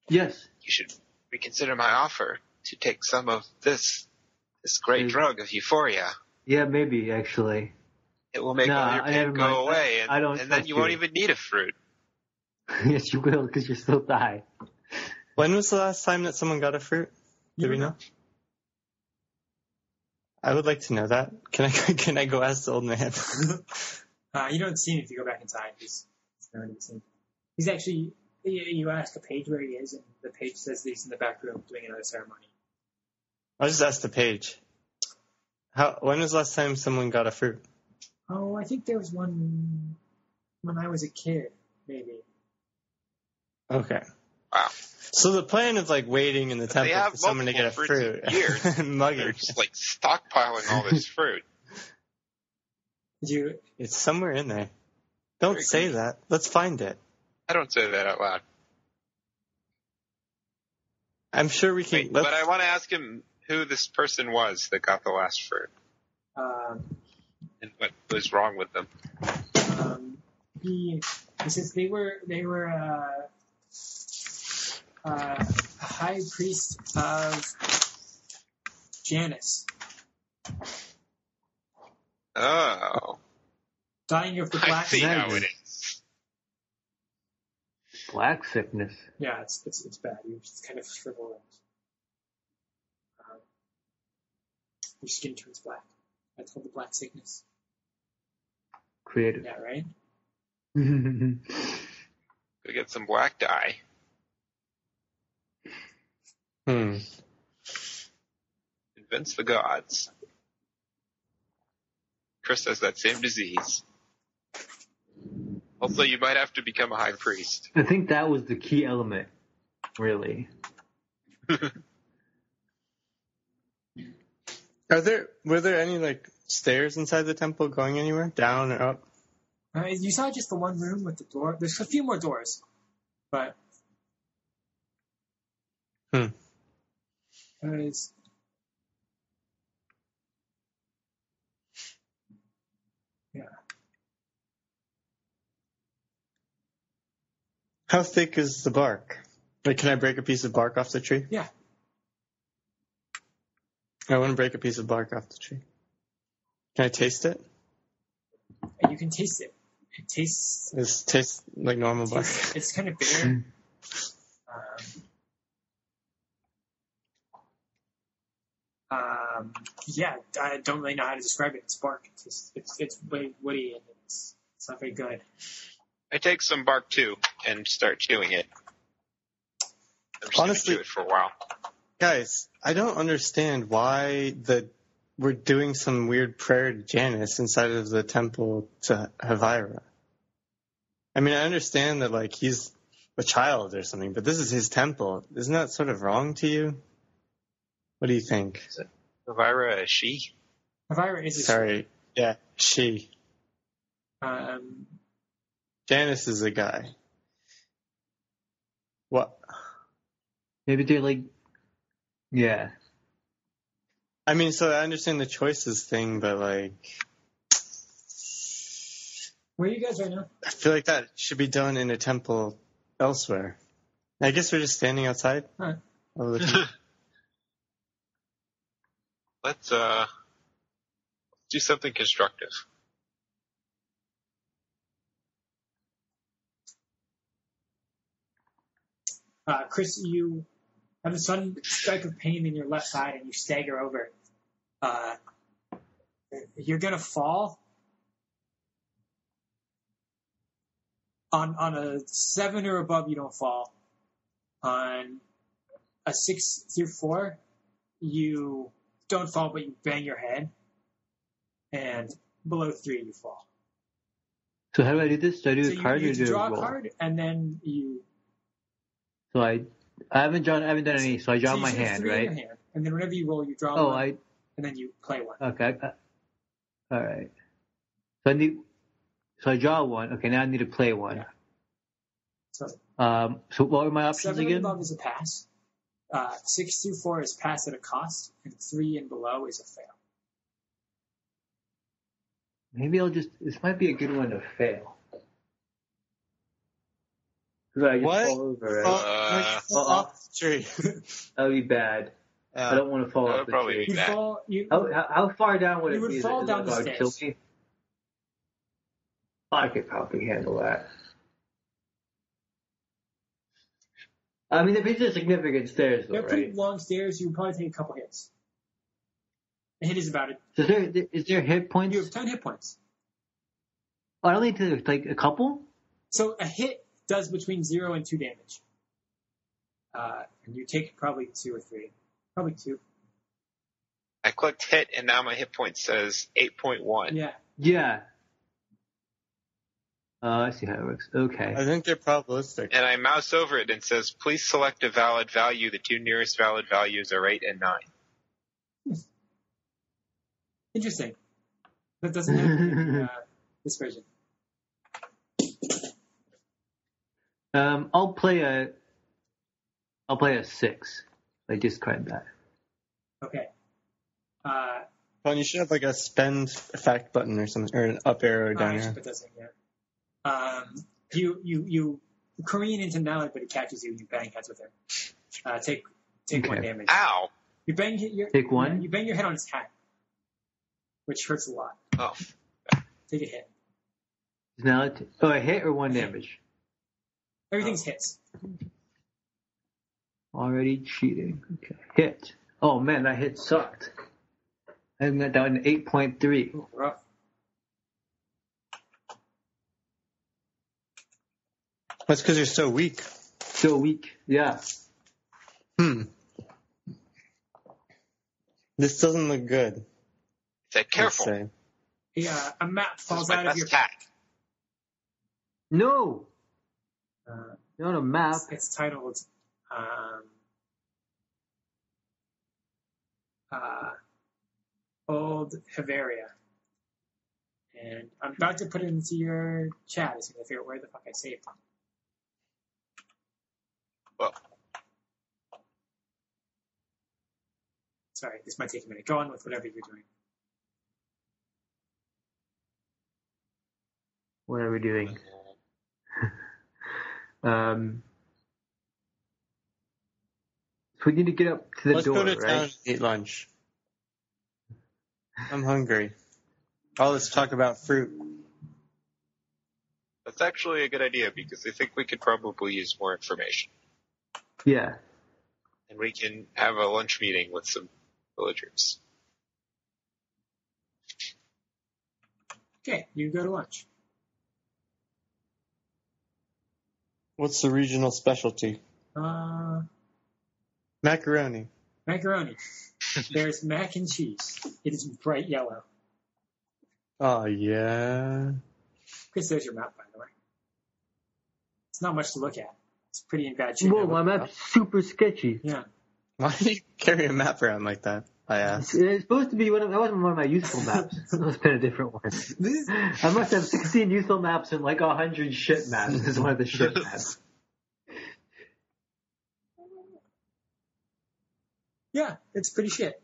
Speaker 4: Yes.
Speaker 2: you should reconsider my offer to take some of this this great
Speaker 4: Mm.
Speaker 2: drug of euphoria.
Speaker 4: Yeah, maybe actually.
Speaker 2: It will make
Speaker 4: Nah,
Speaker 2: all your
Speaker 4: I
Speaker 2: pain
Speaker 4: never
Speaker 2: go
Speaker 4: mind.
Speaker 2: away, and,
Speaker 4: I don't
Speaker 2: and then
Speaker 4: trust
Speaker 2: you won't
Speaker 4: you.
Speaker 2: even need a fruit.
Speaker 4: yes, you will, because you're still die.
Speaker 3: When was the last time that someone got a fruit? Do we know? I would like to know that. Can I can I go ask the old man?
Speaker 1: Uh, you don't see him if you go back in time. He's, he's not even seen. He's actually. You you ask a page where he is, and the page says that he's in the back room doing another ceremony.
Speaker 3: I'll just ask the page. How? When was the last time someone got a fruit?
Speaker 1: Oh, I think there was one when I was a kid, maybe.
Speaker 3: Okay.
Speaker 2: Wow.
Speaker 3: So the plan is like waiting in the
Speaker 2: They
Speaker 3: temple
Speaker 2: have
Speaker 3: for someone to get a
Speaker 2: multiple
Speaker 3: fruit.
Speaker 2: fruits in years.
Speaker 3: and mugging.
Speaker 2: They're just like stockpiling all this fruit.
Speaker 1: Did you?
Speaker 3: It's somewhere in there. Don't
Speaker 2: Very
Speaker 3: say
Speaker 2: good.
Speaker 3: that. Let's find it.
Speaker 2: I don't say that out loud.
Speaker 3: I'm sure we can.
Speaker 2: Wait,
Speaker 3: let's-
Speaker 2: but I want to ask him who this person was that got the last fruit
Speaker 1: Um,
Speaker 2: and what was wrong with them.
Speaker 1: um, he, he says they were they were uh, uh, a high priest of Janus,
Speaker 2: Oh,
Speaker 1: dying of the
Speaker 2: I
Speaker 1: black.
Speaker 2: see how
Speaker 4: Nice.
Speaker 2: it is.
Speaker 4: Black sickness.
Speaker 1: Yeah, it's it's, it's bad. You just kind of shrivel up. Um, your skin turns black. That's called the black sickness.
Speaker 4: Creative.
Speaker 1: Yeah, right.
Speaker 2: Go get some black dye.
Speaker 3: Hmm.
Speaker 2: Convince the gods. Chris has that same disease. Also, you might have to become a high priest.
Speaker 4: I think that was the key element, really.
Speaker 3: Are there? Were there any like stairs inside the temple going anywhere? Down or up?
Speaker 1: Uh, you saw just the one room with the door. There's a few more doors, but
Speaker 3: Hmm.
Speaker 1: Uh, it's- yeah,
Speaker 3: How thick is the bark? Like, can I break a piece of bark off the tree?
Speaker 1: yeah.
Speaker 3: I want to break a piece of bark off the tree. Can I taste it?
Speaker 1: And you can taste it. It tastes.
Speaker 3: It's taste like hmm. normal bark.
Speaker 1: tastes it's kind of bitter. um, um, yeah, I don't really know how to describe it. It's bark. It's just, it's, it's way woody and it's, it's not very good.
Speaker 2: I take some bark too and start chewing it. I'm just
Speaker 3: Honestly-
Speaker 2: gonna chew it for a while.
Speaker 3: Guys, I don't understand why the we're doing some weird prayer to Janus inside of the temple to Havira. I mean, I understand that like he's a child or something, but this is his temple. Isn't that sort of wrong to you? What do you think?
Speaker 2: Elvira, is she?
Speaker 1: Elvira is a
Speaker 3: Sorry. Yeah, she.
Speaker 1: Um,
Speaker 3: Janus is a guy. What?
Speaker 4: Maybe they like, yeah.
Speaker 3: I mean, so I understand the choices thing, but like,
Speaker 1: where are you guys right now?
Speaker 3: I feel like that should be done in a temple elsewhere. I guess we're just standing outside.
Speaker 1: Alright.
Speaker 3: Or looking-
Speaker 2: Let's uh do something constructive.
Speaker 1: Uh, Chris, you have this sudden strike of pain in your left side and you stagger over. Uh, you're going to fall on, on a seven or above. You don't fall on a six through four. You don't fall, but you bang your head and below three, you fall.
Speaker 4: So how do I do this? Do I do
Speaker 1: So
Speaker 4: the
Speaker 1: you,
Speaker 4: card
Speaker 1: you
Speaker 4: or do
Speaker 1: draw
Speaker 4: I
Speaker 1: a
Speaker 4: roll?
Speaker 1: card and then you
Speaker 4: So I, I haven't drawn, I haven't done any. So I draw
Speaker 1: so you
Speaker 4: my
Speaker 1: should have
Speaker 4: hand,
Speaker 1: three in
Speaker 4: right?
Speaker 1: your hand, and then whenever you roll, you draw
Speaker 4: Oh,
Speaker 1: one,
Speaker 4: I
Speaker 1: and then you play one.
Speaker 4: okay. I, all right. So I need. So I draw one. Okay, now I need to play one.
Speaker 1: So
Speaker 4: Um. So what are my options
Speaker 1: seven
Speaker 4: again?
Speaker 1: and above is a pass. Uh, six through four is pass at a cost, and three and below is a fail.
Speaker 4: Maybe I'll just. This might be a good one to fail. Because I just
Speaker 3: What?
Speaker 4: fall over.
Speaker 3: Oh,
Speaker 4: Right?
Speaker 2: Uh,
Speaker 3: oh, off the tree. Uh,
Speaker 4: That'd be bad. I
Speaker 3: Yeah.
Speaker 4: don't want to fall
Speaker 2: That
Speaker 4: off
Speaker 2: would
Speaker 4: the
Speaker 2: probably
Speaker 4: tree.
Speaker 2: be-
Speaker 1: You
Speaker 2: Exactly.
Speaker 1: fall. You
Speaker 4: How, how, how far down would
Speaker 1: You
Speaker 4: it
Speaker 1: would
Speaker 4: be?
Speaker 1: fall
Speaker 4: that
Speaker 1: down the
Speaker 4: dog killed
Speaker 1: stairs.
Speaker 4: me? I could probably handle that. I mean, these are significant stairs, though,
Speaker 1: they're pretty
Speaker 4: right?
Speaker 1: long stairs. You would probably take a couple hits. A hit is about it.
Speaker 4: So is there is there hit points? Oh,
Speaker 1: You have ten hit points.
Speaker 4: I only do like a couple.
Speaker 1: So a hit does between zero and two damage. Uh, and you take probably two or three, probably two.
Speaker 2: I clicked hit and now my hit point says eight point one.
Speaker 1: Yeah.
Speaker 4: Yeah. Oh, I see how it works.
Speaker 3: I
Speaker 4: Okay.
Speaker 3: think they're probabilistic.
Speaker 2: And I mouse over it and it says, please select a valid value. The two nearest valid values are eight and nine.
Speaker 1: Interesting. That doesn't happen in uh, this version.
Speaker 4: Um, I'll play a. I'll play a six. I discard that.
Speaker 1: Okay. Uh,
Speaker 3: Well, you should have like a spend effect button or something, or an up arrow or
Speaker 1: Oh, I
Speaker 3: down
Speaker 1: should
Speaker 3: arrow.
Speaker 1: put those in, yeah. Um, you you you careen into Nellie, but it catches you. and You bang heads with her. Uh, take take one
Speaker 4: Okay.
Speaker 1: damage.
Speaker 2: Ow!
Speaker 1: You bang your
Speaker 4: Take one?
Speaker 1: yeah, you bang your head on his hat, which hurts a lot.
Speaker 2: Oh,
Speaker 1: Take a hit.
Speaker 4: Now, it, oh, a hit or one damage.
Speaker 1: Everything's
Speaker 4: Oh.
Speaker 1: hits.
Speaker 4: Already cheating. Okay. Hit. Oh man, that hit sucked. I'm at down to eight point three.
Speaker 1: Rough.
Speaker 3: That's because you're so weak.
Speaker 4: So weak. Yeah.
Speaker 3: Hmm. This doesn't look good. let's
Speaker 2: said careful.
Speaker 3: say.
Speaker 1: Yeah, a map
Speaker 2: This
Speaker 1: falls
Speaker 2: is my
Speaker 1: out of
Speaker 2: best
Speaker 1: your.
Speaker 2: attack.
Speaker 4: No.
Speaker 1: Uh,
Speaker 4: Not a map.
Speaker 1: it's, it's titled. Um, uh, Old Havaria. And I'm about to put it into your chat. I just gotta figure out where the fuck I saved it.
Speaker 2: Well,
Speaker 1: Sorry, this might take a minute. Go on with whatever you're doing.
Speaker 4: What are we doing? Um. So we need to get up to the
Speaker 3: Let's
Speaker 4: door,
Speaker 3: go to
Speaker 4: right?
Speaker 3: town and eat lunch. I'm hungry. All this talk about fruit.
Speaker 2: that's actually a good idea because I think we could probably use more information.
Speaker 4: Yeah.
Speaker 2: And we can have a lunch meeting with some villagers.
Speaker 1: Okay, you go to lunch.
Speaker 3: What's the regional specialty?
Speaker 1: Uh,
Speaker 3: Macaroni.
Speaker 1: macaroni. There's mac and cheese. It is bright yellow.
Speaker 3: Oh yeah.
Speaker 1: Chris, there's your map, by the way. It's not much to look at. It's pretty in bad shape.
Speaker 4: Whoa, my map's super sketchy.
Speaker 1: Yeah.
Speaker 3: Why do you carry a map around like that? I
Speaker 4: It's,
Speaker 3: asked.
Speaker 4: it's supposed to be one of that wasn't one of my useful maps. It's been a different one.
Speaker 1: This,
Speaker 4: I must have 16 useful maps and like 100 shit maps. This is one of the shit maps.
Speaker 1: yeah, it's pretty shit.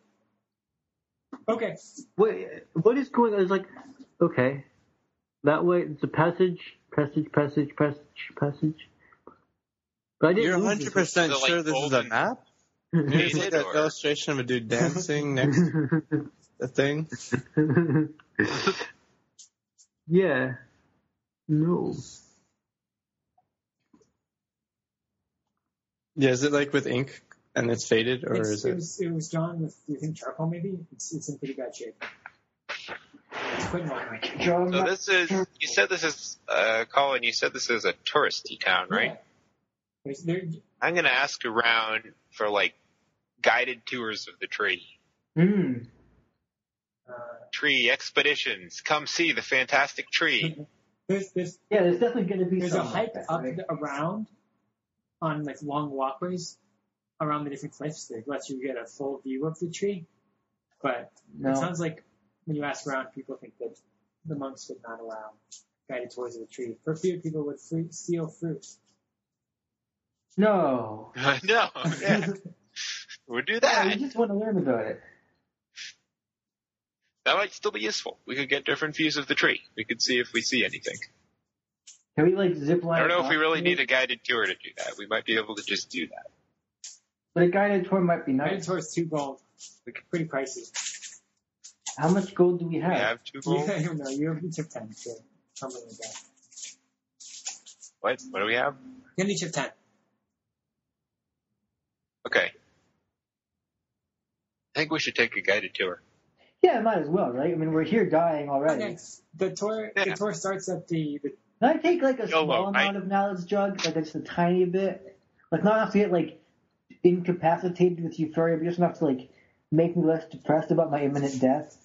Speaker 1: Okay.
Speaker 4: What what is going on? It's like okay, that way it's a passage, passage, passage, passage, passage. But I didn't
Speaker 3: You're
Speaker 4: lose
Speaker 3: 100
Speaker 4: this one.
Speaker 3: percent
Speaker 2: They're like
Speaker 3: sure this is a
Speaker 2: golden.
Speaker 3: map?
Speaker 2: Hey,
Speaker 3: It's like an
Speaker 2: Theodore.
Speaker 3: illustration of a dude dancing next to the thing.
Speaker 4: yeah. No.
Speaker 3: Yeah, is it like with ink and it's faded, or
Speaker 1: It's-
Speaker 3: is
Speaker 1: it
Speaker 3: it?
Speaker 1: was it was drawn with do you think charcoal maybe? It's it's in pretty bad shape. It's quite annoying.
Speaker 4: John,
Speaker 2: So this is you said this is uh, Colin. You said this is a touristy town, right?
Speaker 1: Yeah. There's, there,
Speaker 2: I'm gonna ask around for like guided tours of the tree.
Speaker 4: mm.
Speaker 1: uh,
Speaker 2: Tree expeditions. Come see the fantastic tree.
Speaker 1: there's there's
Speaker 4: Yeah, there's definitely going to be
Speaker 1: there's a
Speaker 4: something
Speaker 1: hike
Speaker 4: like that,
Speaker 1: up
Speaker 4: right?
Speaker 1: the, around on like long walkways around the different cliffs that lets you get a full view of the tree. But it
Speaker 4: No.
Speaker 1: sounds like when you ask around, people think that the monks would not allow guided tours of the tree for fear people would free, steal fruit.
Speaker 4: No.
Speaker 2: no, yeah, we'll do
Speaker 4: Yeah,
Speaker 2: that.
Speaker 4: you just want to learn about it.
Speaker 2: That might still be useful. We could get different views of the tree. We could see if we see anything.
Speaker 4: Can we like zip line?
Speaker 2: I don't know if we really need
Speaker 4: it.
Speaker 2: a guided tour to do that. We might be able to just do that.
Speaker 4: But a guided tour might be
Speaker 1: Guided
Speaker 4: nice.
Speaker 1: tours two gold, like, pretty pricey.
Speaker 4: How much gold do we have?
Speaker 2: We have two gold.
Speaker 1: Yeah, I don't know. You only took ten, so something like that.
Speaker 2: What? What do we have?
Speaker 1: You only took ten.
Speaker 2: Okay. I think we should take a guided tour.
Speaker 4: Yeah, might as well, right? I mean, we're here dying already.
Speaker 1: Okay. The tour the
Speaker 2: Yeah.
Speaker 1: tour starts at the, the
Speaker 4: Can I take like a
Speaker 2: YOLO,
Speaker 4: small
Speaker 2: right?
Speaker 4: amount of knowledge drug, like just a tiny bit? Like not enough to get like incapacitated with euphoria, but just enough to like make me less depressed about my imminent death.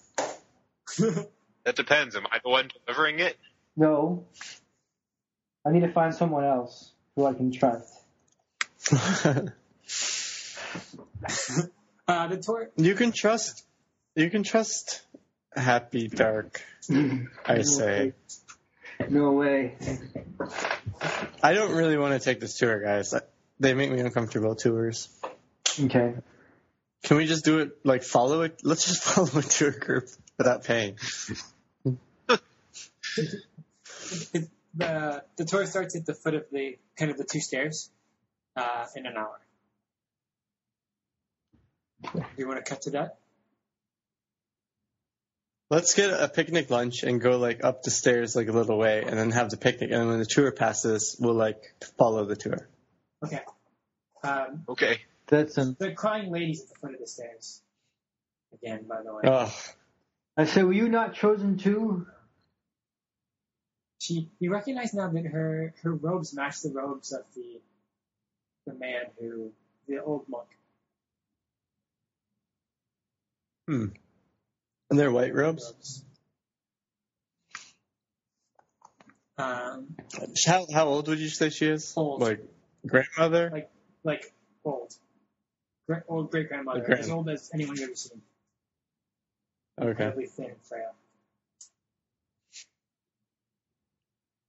Speaker 2: That depends. Am I the one delivering it?
Speaker 4: No, I need to find someone else who I can trust.
Speaker 1: uh, the tour
Speaker 3: you can trust. You can trust happy dark. I say.
Speaker 4: No way.
Speaker 3: I don't really want to take this tour, guys. They make me uncomfortable. Tours.
Speaker 4: Okay.
Speaker 3: Can we just do it? Like follow it. Let's just follow a tour group without paying.
Speaker 1: it, the the tour starts at the foot of the kind of the two stairs uh, in an hour. Do you want to cut to that?
Speaker 3: Let's get a picnic lunch and go like up the stairs like a little way, and then have the picnic. And when the tour passes, we'll like follow the tour.
Speaker 1: Okay. Um,
Speaker 2: Okay.
Speaker 4: That's um.
Speaker 1: they're crying ladies at the foot of the stairs. Again, by the way,
Speaker 3: Oh,
Speaker 4: I said, were you not chosen too?
Speaker 1: she you recognize now that her her robes match the robes of the the man who the old monk.
Speaker 3: and they're white robes.
Speaker 1: robes. Um,
Speaker 3: How how old would you say she is?
Speaker 1: Old.
Speaker 3: Like grandmother.
Speaker 1: Like- like old, Gre- old great grandmother,
Speaker 3: Like grand-
Speaker 1: as old as anyone you've ever seen.
Speaker 3: okay.
Speaker 1: Incredibly thin and frail.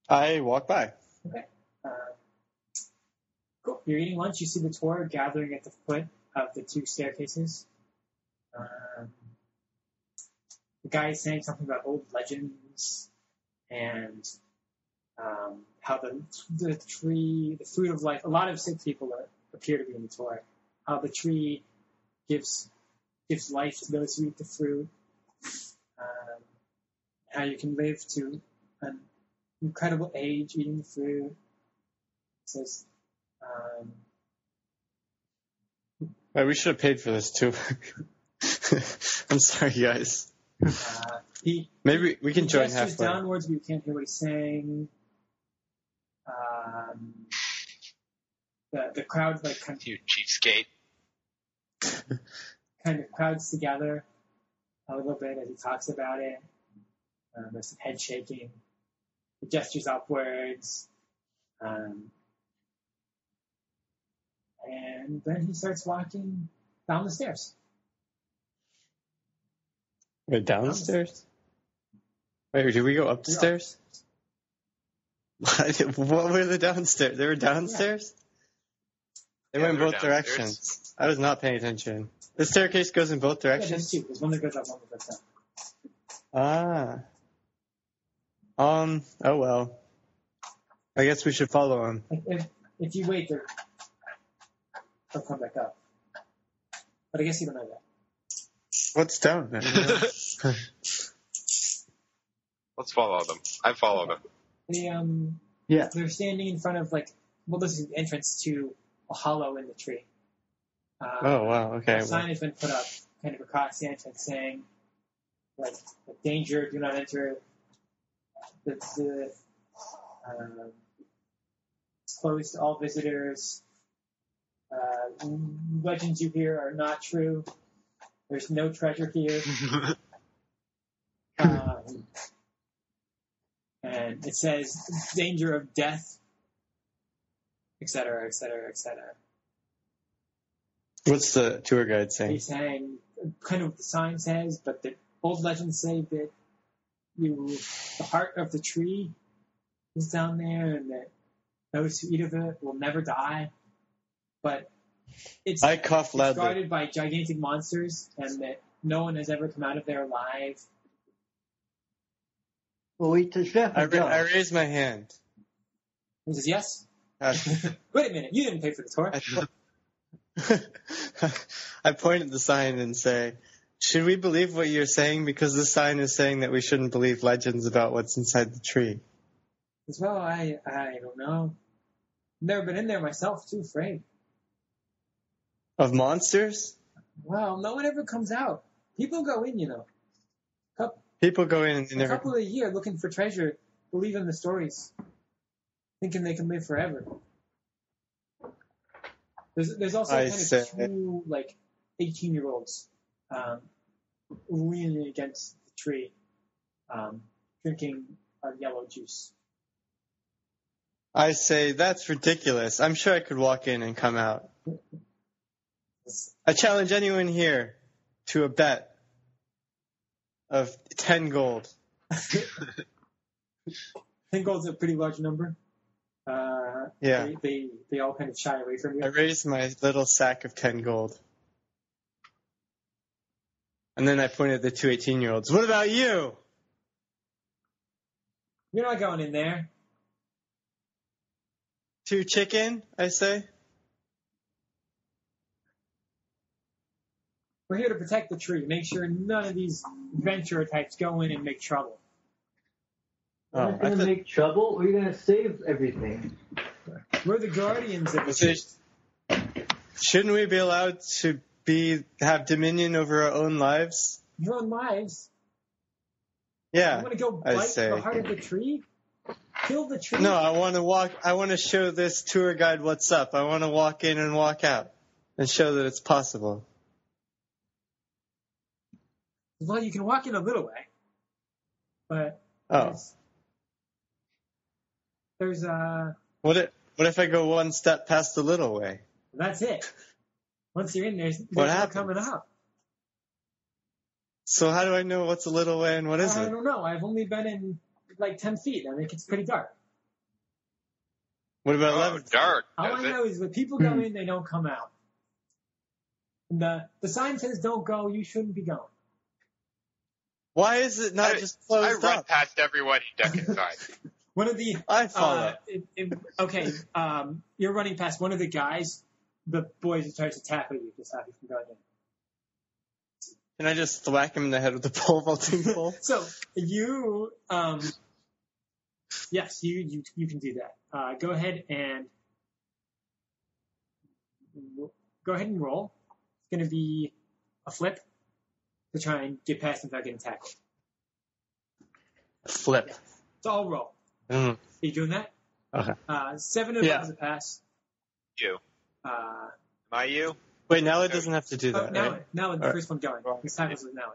Speaker 3: I walk by.
Speaker 1: Uh, cool. You're eating lunch. You see the tour gathering at the foot of the two staircases. Um, the guy is saying something about old legends and um, how the the tree, the fruit of life. A lot of sick people are, appear to be in the tour. How the tree gives gives life to those who eat the fruit. Um, how you can live to an incredible age eating the fruit. It says, um,
Speaker 3: Wait, we should have paid for this too. I'm sorry, guys.
Speaker 1: uh, he,
Speaker 3: Maybe we can
Speaker 1: he
Speaker 3: join
Speaker 1: gestures
Speaker 3: halfway.
Speaker 1: downwards, but you can't hear what he's saying. Um, the, the crowd like kind
Speaker 2: You cheapskate.
Speaker 1: kind of crowds together a little bit as he talks about it. Um, there's some head shaking, he gestures upwards, um, and then he starts walking down the stairs.
Speaker 3: Wait, downstairs? Wait, did we go up the
Speaker 1: Yeah.
Speaker 3: stairs? What? What were the downstairs? They were downstairs? They
Speaker 2: Yeah,
Speaker 3: went
Speaker 2: they were
Speaker 3: both
Speaker 2: downstairs.
Speaker 3: directions. I was not paying attention. The staircase goes in both
Speaker 1: Yeah, there's
Speaker 3: directions?
Speaker 1: two. There's one that goes up, one that goes down.
Speaker 3: Ah. Um, oh well. I guess we should follow him.
Speaker 1: Like if if you wait, there he'll come back up. But I guess you don't know that.
Speaker 3: What's down there?
Speaker 2: Let's follow them. I follow them.
Speaker 1: They um
Speaker 4: Yeah.
Speaker 1: they're standing in front of like well this is the entrance to a hollow in the tree. Um,
Speaker 3: oh wow. Okay.
Speaker 1: a sign has been put up kind of across the entrance saying like danger, do not enter. That's the um, it's closed to all visitors. Uh, legends you hear are not true. There's no treasure here. Um, and it says danger of death, etc., etc., etc.
Speaker 3: What's the tour guide saying?
Speaker 1: He's saying kind of what the sign says, but the old legends say that you, the heart of the tree is down there, and that those who eat of it will never die. But it's,
Speaker 3: I cough
Speaker 1: it's
Speaker 3: loudly.
Speaker 1: guarded by gigantic monsters, and that no one has ever come out of there alive.
Speaker 4: Well, we just
Speaker 3: I,
Speaker 4: definitely
Speaker 3: ra-
Speaker 4: don't.
Speaker 3: I raise my hand.
Speaker 1: He says, "Yes."
Speaker 3: Uh,
Speaker 1: Wait a minute, you didn't pay for the tour.
Speaker 3: I, I point at the sign and say, "Should we believe what you're saying? Because the sign is saying that we shouldn't believe legends about what's inside the tree."
Speaker 1: As well, I I don't know. Never been in there myself. Too afraid.
Speaker 3: Of monsters,
Speaker 1: Well, no one ever comes out. People go in, you know. Couple,
Speaker 3: people go in and they
Speaker 1: a
Speaker 3: never.
Speaker 1: couple of year looking for treasure, believe in the stories, thinking they can live forever. There's, there's also
Speaker 3: I
Speaker 1: kind
Speaker 3: see.
Speaker 1: of two like 18 year olds um, leaning against the tree, um, drinking uh, yellow juice.
Speaker 3: I say that's ridiculous. I'm sure I could walk in and come out. I challenge anyone here to a bet of ten gold.
Speaker 1: I think gold's a pretty large number. Uh,
Speaker 3: Yeah.
Speaker 1: They, they they all kind of shy away from you.
Speaker 3: I raise my little sack of 10 gold. And then I point at the two 18 year olds. What about you?
Speaker 1: You're not going in there.
Speaker 3: Two chicken, I say.
Speaker 1: We're here to protect the tree. Make sure none of these adventurer types go in and make trouble.
Speaker 4: Are
Speaker 3: Oh,
Speaker 4: you
Speaker 3: I
Speaker 4: going to
Speaker 3: thought-
Speaker 4: make trouble, or are you going to save everything?
Speaker 1: We're the guardians of the
Speaker 3: Is it-
Speaker 1: tree.
Speaker 3: shouldn't we be allowed to be have dominion over our own lives?
Speaker 1: your own lives.
Speaker 3: Yeah.
Speaker 1: I'm gonna go
Speaker 3: I
Speaker 1: bite
Speaker 3: say.
Speaker 1: the heart of the tree, kill the tree.
Speaker 3: No, I want to walk. I want to show this tour guide what's up. I want to walk in and walk out and show that it's possible.
Speaker 1: Well, you can walk in a little way, but
Speaker 3: Oh,
Speaker 1: there's, there's uh,
Speaker 3: what if, what if I go one step past the little way?
Speaker 1: that's it. Once you're in, there's, there's
Speaker 3: What
Speaker 1: no
Speaker 3: happens?
Speaker 1: coming out.
Speaker 3: So how do I know what's a little way and what
Speaker 1: I
Speaker 3: isn't?
Speaker 1: don't know. I've only been in like ten feet. I think it's pretty dark.
Speaker 3: What about
Speaker 2: Oh,
Speaker 3: eleven?
Speaker 2: dark.
Speaker 1: All
Speaker 2: does
Speaker 1: I
Speaker 2: it?
Speaker 1: know is when people go
Speaker 4: Hmm.
Speaker 1: in, they don't come out. The the sign says don't go. You shouldn't be going.
Speaker 3: Why is it not
Speaker 2: I-
Speaker 3: just
Speaker 2: I
Speaker 3: closed
Speaker 2: run
Speaker 3: up?
Speaker 2: past everyone and duck inside.
Speaker 1: One of the
Speaker 3: I
Speaker 1: Uh,
Speaker 3: follow.
Speaker 1: it, it, okay, um, you're running past one of the guys. The boys tries to tackle you to stop you from going in.
Speaker 3: Can I just thwack him in the head with the pole vaulting pole?
Speaker 1: So you, um, yes, you, you you can do that. Uh, go ahead and go ahead and roll. It's going to be a flip to try and get past him without getting tackled.
Speaker 3: Flip.
Speaker 1: So I'll roll.
Speaker 3: Mm.
Speaker 1: Are you doing that?
Speaker 3: Okay.
Speaker 1: Uh, seven of
Speaker 3: Yeah.
Speaker 1: them is a pass.
Speaker 2: you.
Speaker 1: Uh,
Speaker 2: Am I you?
Speaker 3: Wait, now it doesn't have to do
Speaker 1: oh,
Speaker 3: that,
Speaker 1: now,
Speaker 3: right?
Speaker 1: now the
Speaker 3: All right.
Speaker 1: first one going.
Speaker 2: Well,
Speaker 1: This time it was now.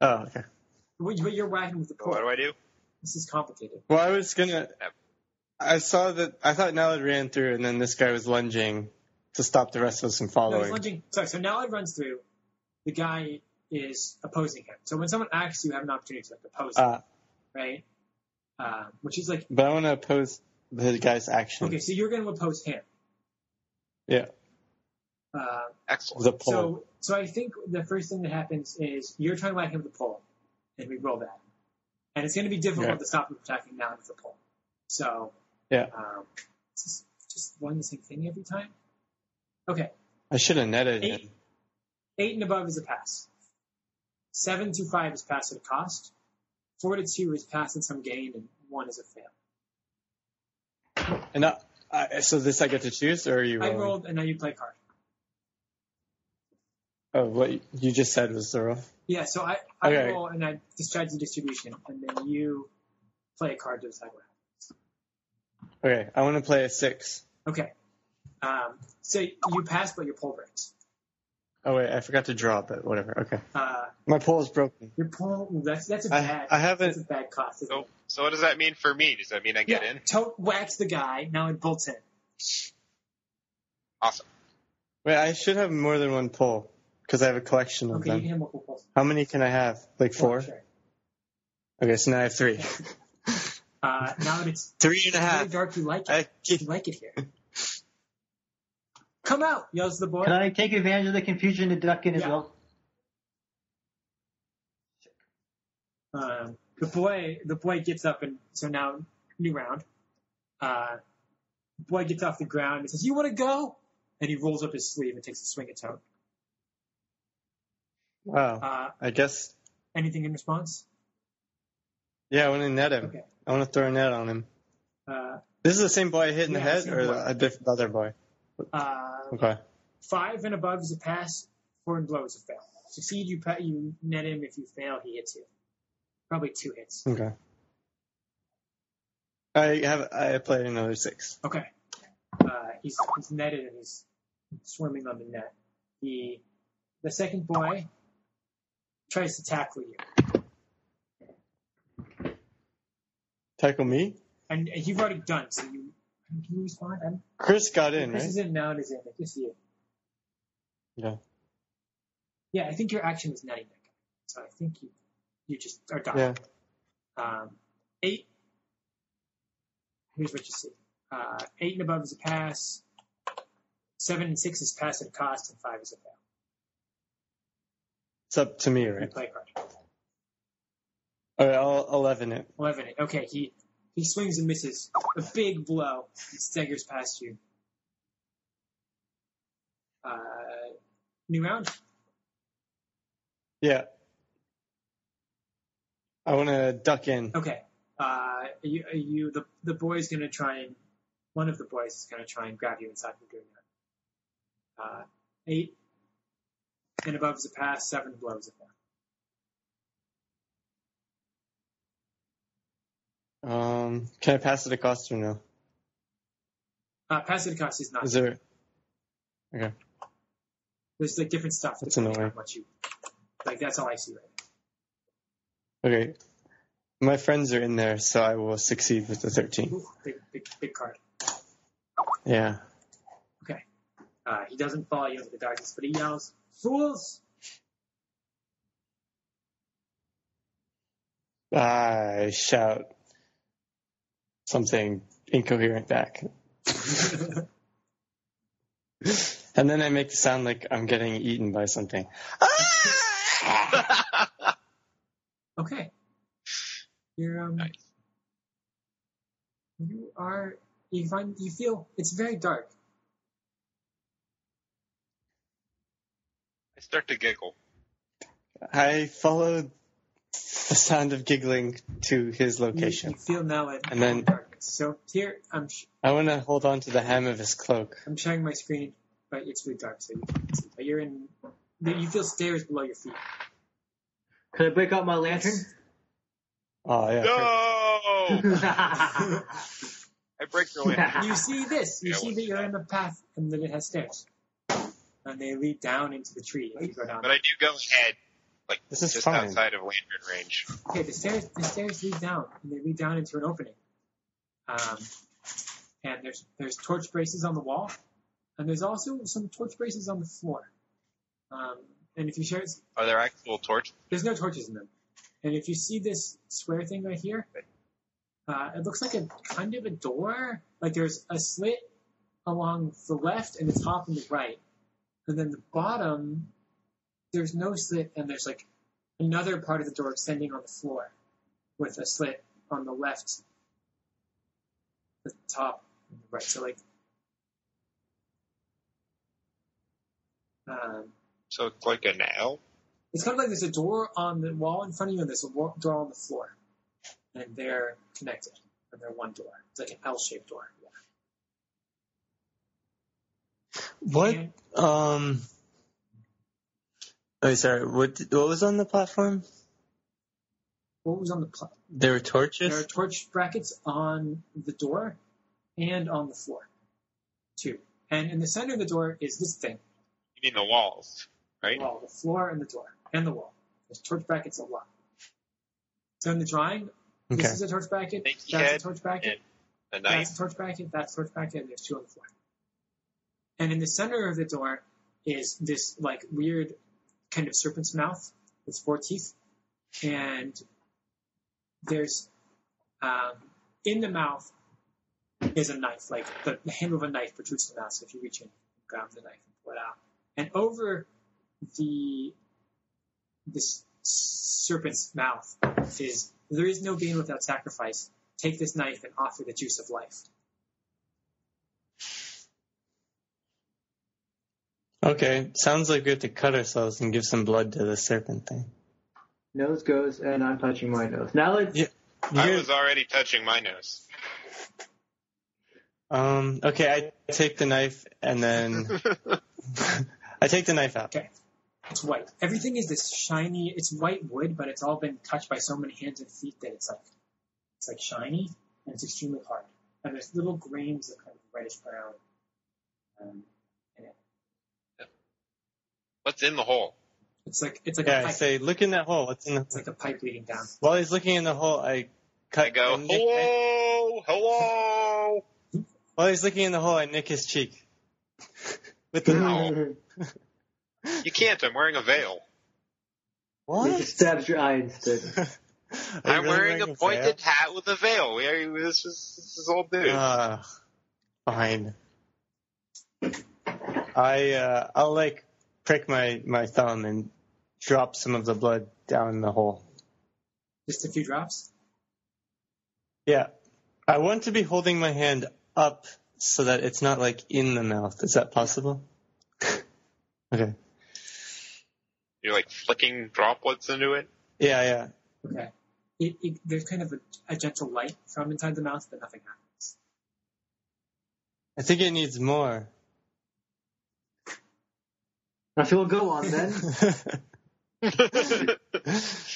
Speaker 3: Oh, okay.
Speaker 1: But but you're whacking with the pole.
Speaker 2: What do I do?
Speaker 1: This is complicated.
Speaker 3: Well, I was gonna. I saw that. I thought Nalad ran through, and then this guy was lunging to stop the rest of us from
Speaker 1: No, he's
Speaker 3: following.
Speaker 1: lunging. Sorry, so now it runs through. The guy is opposing him. So when someone acts, you have an opportunity to like, oppose him,
Speaker 3: Uh,
Speaker 1: right? Um, which is like,
Speaker 3: but I want to oppose the guy's action.
Speaker 1: okay, so you're going to oppose him.
Speaker 3: Yeah,
Speaker 1: Uh,
Speaker 2: Excellent.
Speaker 3: the pole.
Speaker 1: so, so I think the first thing that happens is you're trying to whack him with the pole, and we roll that. And it's going to be difficult
Speaker 3: Yeah.
Speaker 1: to stop him from attacking now with the pole. So
Speaker 3: Yeah.
Speaker 1: um, it's just, just one the same thing every time. Okay.
Speaker 3: I should have netted
Speaker 1: Eight.
Speaker 3: him.
Speaker 1: Eight and above is a pass. Seven to five is pass at a cost. Four to two is pass at some gain, and one is a fail.
Speaker 3: And I, I, so this I get to choose, or are you
Speaker 1: I
Speaker 3: rolling?
Speaker 1: rolled, and now you play card.
Speaker 3: Oh, what you just said was the roll.
Speaker 1: Yeah, so I, I
Speaker 3: Okay.
Speaker 1: roll and I discharge the distribution, and then you play a card to decide what
Speaker 3: Okay, I want to play a six.
Speaker 1: happens. Okay. Um, so you pass, but your pole breaks.
Speaker 3: Oh wait, I forgot to draw, but whatever. Okay,
Speaker 1: Uh,
Speaker 3: my pole is broken.
Speaker 1: your pole, ooh, that's, that's a
Speaker 3: I-
Speaker 1: bad,
Speaker 3: I haven't-
Speaker 1: that's a bad cost. isn't it?
Speaker 2: So, so what does that mean for me? Does that mean I get
Speaker 1: yeah,
Speaker 2: in?
Speaker 1: to- wax the guy, now it bolts in.
Speaker 2: Awesome.
Speaker 3: Wait, I should have more than one pole because I have a collection of
Speaker 1: Okay, you
Speaker 3: them.
Speaker 1: can have multiple poles.
Speaker 3: How many can I have? Like four.
Speaker 1: Sure.
Speaker 3: Okay, so now I have three.
Speaker 1: Uh, now that it's
Speaker 3: three and a
Speaker 1: very
Speaker 3: half.
Speaker 1: dark, you like it.
Speaker 3: I keep-
Speaker 1: You like it here. Come out, yells the boy.
Speaker 4: Can I take advantage of the confusion to duck in as
Speaker 1: Yeah.
Speaker 4: well?
Speaker 1: Um, the boy, the boy gets up, and so now new round. Uh, the boy gets off the ground and says, "You want to go?" And he rolls up his sleeve and takes a swing at Toad.
Speaker 3: Wow.
Speaker 1: Uh,
Speaker 3: I guess.
Speaker 1: anything in response?
Speaker 3: Yeah, I want to net him.
Speaker 1: Okay.
Speaker 3: I want to throw a net on him.
Speaker 1: Uh,
Speaker 3: This is the same boy I hit in the
Speaker 1: Yeah,
Speaker 3: head,
Speaker 1: same
Speaker 3: or
Speaker 1: boy.
Speaker 3: the, a different other boy.
Speaker 1: uh,
Speaker 3: Okay.
Speaker 1: five and above is a pass. Four and below is a fail. Succeed, you pa- you net him. If you fail, he hits you. Probably two hits.
Speaker 3: Okay. I have. I played another six.
Speaker 1: Okay. Uh, he's, he's netted and he's swimming on the net. The the second boy tries to tackle you,
Speaker 3: Tackle me.
Speaker 1: and you've already done. So you can you respond? I'm,
Speaker 3: Chris got in,
Speaker 1: this
Speaker 3: right?
Speaker 1: is it now. It is in. It's just you.
Speaker 3: Yeah.
Speaker 1: Yeah, I think your action was netting that guy. So I think you you just are done.
Speaker 3: Yeah.
Speaker 1: Um, eight. Here's what you see. Uh, eight and above is a pass. Seven and six is pass at a cost, and five is a fail.
Speaker 3: It's up to me,
Speaker 1: You
Speaker 3: right?
Speaker 1: play a card.
Speaker 3: All right, I'll eleven it.
Speaker 1: 11. Okay, he he swings and misses. A big blow. He staggers past you. Uh, new round.
Speaker 3: Yeah. I want to duck in.
Speaker 1: Okay. Uh, you, you the the boy's gonna try and one of the boys is gonna try and grab you inside the doing that. Uh, eight and above is a pass. Seven blows a pass.
Speaker 3: Um, can I pass it across or no?
Speaker 1: Uh, pass at a cost is not.
Speaker 3: Is there? Okay.
Speaker 1: There's like different stuff.
Speaker 3: That's
Speaker 1: depending
Speaker 3: annoying.
Speaker 1: on What you like? That's all I see right now.
Speaker 3: Okay. My friends are in there, so I will succeed with the thirteen.
Speaker 1: Ooh, big big big card.
Speaker 3: Yeah.
Speaker 1: Uh, he doesn't follow you into the darkness, but he yells, "Fools!"
Speaker 3: I shout something incoherent back, and then I make the sound like I'm getting eaten by something. Ah!
Speaker 1: Okay. You're um.
Speaker 2: Nice.
Speaker 1: You are. You find. You feel. It's very dark.
Speaker 2: I start to giggle.
Speaker 3: I followed the sound of giggling to his
Speaker 1: You,
Speaker 3: location.
Speaker 1: you feel now at
Speaker 3: And then-
Speaker 1: darkness. So here, I'm sh-
Speaker 3: I want to hold on to the hem of his cloak.
Speaker 1: I'm sharing my screen, but it's really dark, so you can't see. But you're in. You feel stairs below your feet.
Speaker 4: Could I break out my lantern?
Speaker 3: Oh yeah.
Speaker 2: No! I break your lantern.
Speaker 1: You see this. You
Speaker 2: Oh, Yeah,
Speaker 1: see
Speaker 2: what's
Speaker 1: that you're in a path, and that it has stairs, and they lead down into the tree. If you go down.
Speaker 2: But I do go ahead, like
Speaker 3: This is
Speaker 2: just
Speaker 3: fine.
Speaker 2: outside of lantern range.
Speaker 1: Okay, the stairs the stairs lead down, and they lead down into an opening. Um, and there's there's torch braces on the wall, and there's also some torch braces on the floor. Um, and if you share,
Speaker 2: Are there actual torches?
Speaker 1: there's no torches in them. And if you see this square thing right here, uh, it looks like a kind of a door. Like there's a slit along the left and the top and the right, and then the bottom, there's no slit, and there's like another part of the door extending on the floor, with a slit on the left, the top, and the right. So like Um,
Speaker 2: So it's like an L.
Speaker 1: it's kind of like there's a door on the wall in front of you, and there's a wa- door on the floor, and they're connected, and they're one door. It's like an L-shaped door.
Speaker 3: What?
Speaker 1: And
Speaker 3: Um. Oh, sorry. What? What was on the platform?
Speaker 1: what was on the pl-
Speaker 3: There were torches.
Speaker 1: There are torch brackets on the door and on the floor, too. And in the center of the door is this thing,
Speaker 2: You mean the walls,
Speaker 1: the
Speaker 2: right?
Speaker 1: wall, the floor and the door and the wall. There's torch brackets a lot. So in the drawing,
Speaker 3: okay.
Speaker 1: this is a torch bracket,
Speaker 2: Thank you,
Speaker 1: that's a
Speaker 2: Ed.
Speaker 1: torch bracket,
Speaker 2: A knife.
Speaker 1: that's a torch bracket, that's a torch bracket, and there's two on the floor. And in the center of the door is this like weird kind of serpent's mouth with four teeth, and there's um, in the mouth is a knife, like the, the handle of a knife protrudes from the mouth. So if you reach in, grab the knife and pull it out, and over the this serpent's mouth is there is no gain without sacrifice. Take this knife and offer the juice of life.
Speaker 3: Okay. Sounds like we have to cut ourselves and give some blood to the serpent thing.
Speaker 4: Nose goes, and I'm touching my nose. Now let's.
Speaker 3: Yeah.
Speaker 2: I
Speaker 3: You're-
Speaker 2: was already touching my nose.
Speaker 3: um. Okay. I take the knife and then I take the knife out.
Speaker 1: Okay. It's white. Everything is this shiny. It's white wood, but it's all been touched by so many hands and feet that it's like it's like shiny and it's extremely hard. And there's little grains of kind of reddish brown. Um,
Speaker 2: What's in the hole?
Speaker 1: it's like it's like
Speaker 3: Yeah.
Speaker 1: a
Speaker 3: I
Speaker 1: pipe.
Speaker 3: say, look in that hole. What's in the?
Speaker 1: it's like a pipe leading down.
Speaker 3: While he's looking in the hole, I cut.
Speaker 2: I go,
Speaker 3: nick-
Speaker 2: hello, hello.
Speaker 3: while he's looking in the hole, I nick his cheek. With the
Speaker 2: No. You can't. I'm wearing a veil.
Speaker 4: It just stabs your eye instead.
Speaker 2: I'm wearing a pointed hat with a veil. We are, this is this is old news.
Speaker 3: Uh, fine. I uh, I'll like prick my my thumb and drop some of the blood down the hole.
Speaker 1: Just a few drops.
Speaker 3: Yeah, I want to be holding my hand up so that it's not like in the mouth. Is that possible? okay.
Speaker 2: You're like flicking droplets into it.
Speaker 3: Yeah, yeah.
Speaker 1: Okay. It, it, there's kind of a, a gentle light from inside the mouth, but nothing happens.
Speaker 3: I think it needs more.
Speaker 4: I feel go on then.
Speaker 3: it